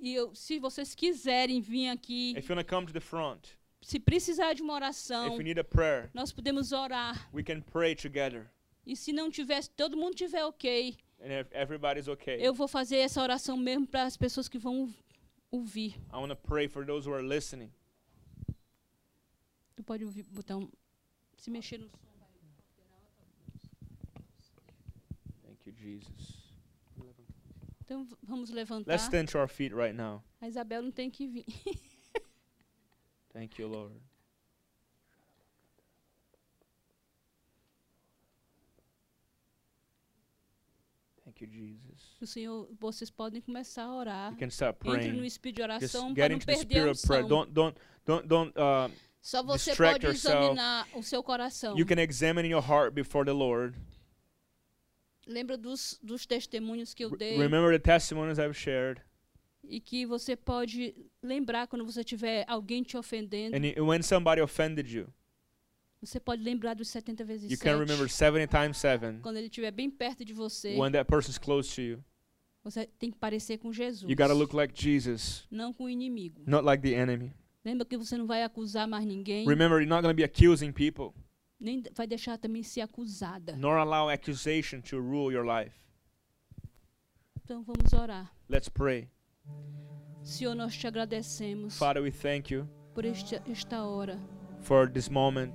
S1: E eu, se vocês quiserem vir aqui,
S2: If you want to come to the front,
S1: se precisar de uma
S2: if
S1: oração,
S2: you need a prayer,
S1: nós podemos orar.
S2: we can pray together.
S1: E se não tiver, se todo mundo tiver ok,
S2: And if everybody's okay,
S1: eu vou fazer essa oração mesmo para as pessoas que vão ouvir.
S2: I want to pray for those who are listening.
S1: Tu pode ouvir, botar um, se mexer no som.
S2: Thank you, Jesus.
S1: Então v- vamos levantar.
S2: Let's stand to our feet right now.
S1: A Isabel não tem que vir.
S2: Thank you, Lord. Thank you, Jesus.
S1: O Senhor, vocês podem começar a orar.
S2: You can start
S1: Entre no
S2: praying.
S1: espírito de
S2: Just
S1: oração para
S2: get
S1: não
S2: into the
S1: perder a
S2: spirit of prayer.
S1: unção.
S2: Don't, don't, don't, don't. Uh,
S1: Só você
S2: distract
S1: pode
S2: yourself.
S1: examinar o seu coração.
S2: you can examine your heart before the Lord.
S1: Lembra dos, dos testemunhos que eu
S2: Re-
S1: dei
S2: Remember the testimonies I've shared,
S1: e que você pode lembrar quando você tiver alguém te ofendendo.
S2: and i- when somebody offended you,
S1: Você pode lembrar dos 70 vezes
S2: you can
S1: 7.
S2: remember seventy times seven.
S1: Quando ele estiver bem perto de você,
S2: When that person's close to you,
S1: você tem que parecer com Jesus,
S2: you gotta look like Jesus,
S1: não com o inimigo.
S2: not like the enemy.
S1: Lembra que você não vai acusar mais ninguém,
S2: Remember, you're not gonna be accusing people,
S1: nem vai deixar também ser acusada.
S2: nor allow accusation to rule your life.
S1: Então vamos orar.
S2: Let's pray.
S1: Senhor, nós te agradecemos
S2: Father, we thank you
S1: por este, esta hora.
S2: for this moment.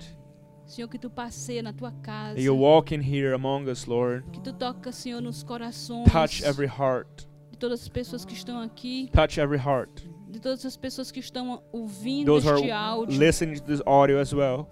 S1: Senhor, que tu passeia na tua casa.
S2: That you walk in here among us, Lord.
S1: Que tu toca, Senhor, nos corações
S2: Touch every heart.
S1: de todas as pessoas que estão aqui,
S2: Touch every heart.
S1: de todas as pessoas que estão ouvindo
S2: Those who
S1: este
S2: are
S1: áudio.
S2: listening to this audio as well.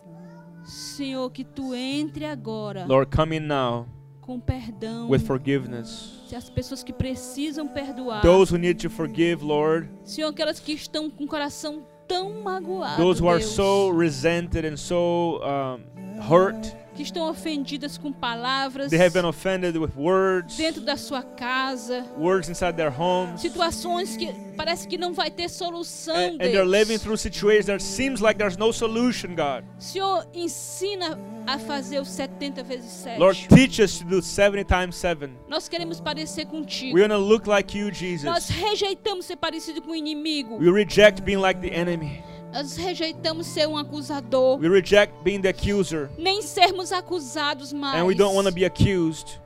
S1: Senhor, que tu entre agora
S2: Lord, come in now
S1: com perdão.
S2: with forgiveness.
S1: Se as pessoas que precisam perdoar,
S2: Those who need to forgive, Lord.
S1: Senhor, aquelas que estão com o coração tão magoado,
S2: Those who are
S1: Deus,
S2: so resented and so um, hurt.
S1: que estão ofendidas com palavras
S2: They have been offended with words,
S1: dentro da sua casa,
S2: words inside their homes.
S1: situações que parece que não vai ter solução,
S2: And, and they're
S1: Deus.
S2: living through situations that seems like there's no solution, God.
S1: Senhor, ensina a fazer os 70 vezes 7.
S2: Lord, teach us to do 70 times 7.
S1: Nós queremos parecer contigo.
S2: We want to look like you,
S1: Nós
S2: Jesus.
S1: rejeitamos ser parecido com o inimigo.
S2: We reject being like the enemy.
S1: Nós rejeitamos ser um acusador.
S2: We reject being the accuser.
S1: Nem sermos acusados mais.
S2: And we don't want to be accused.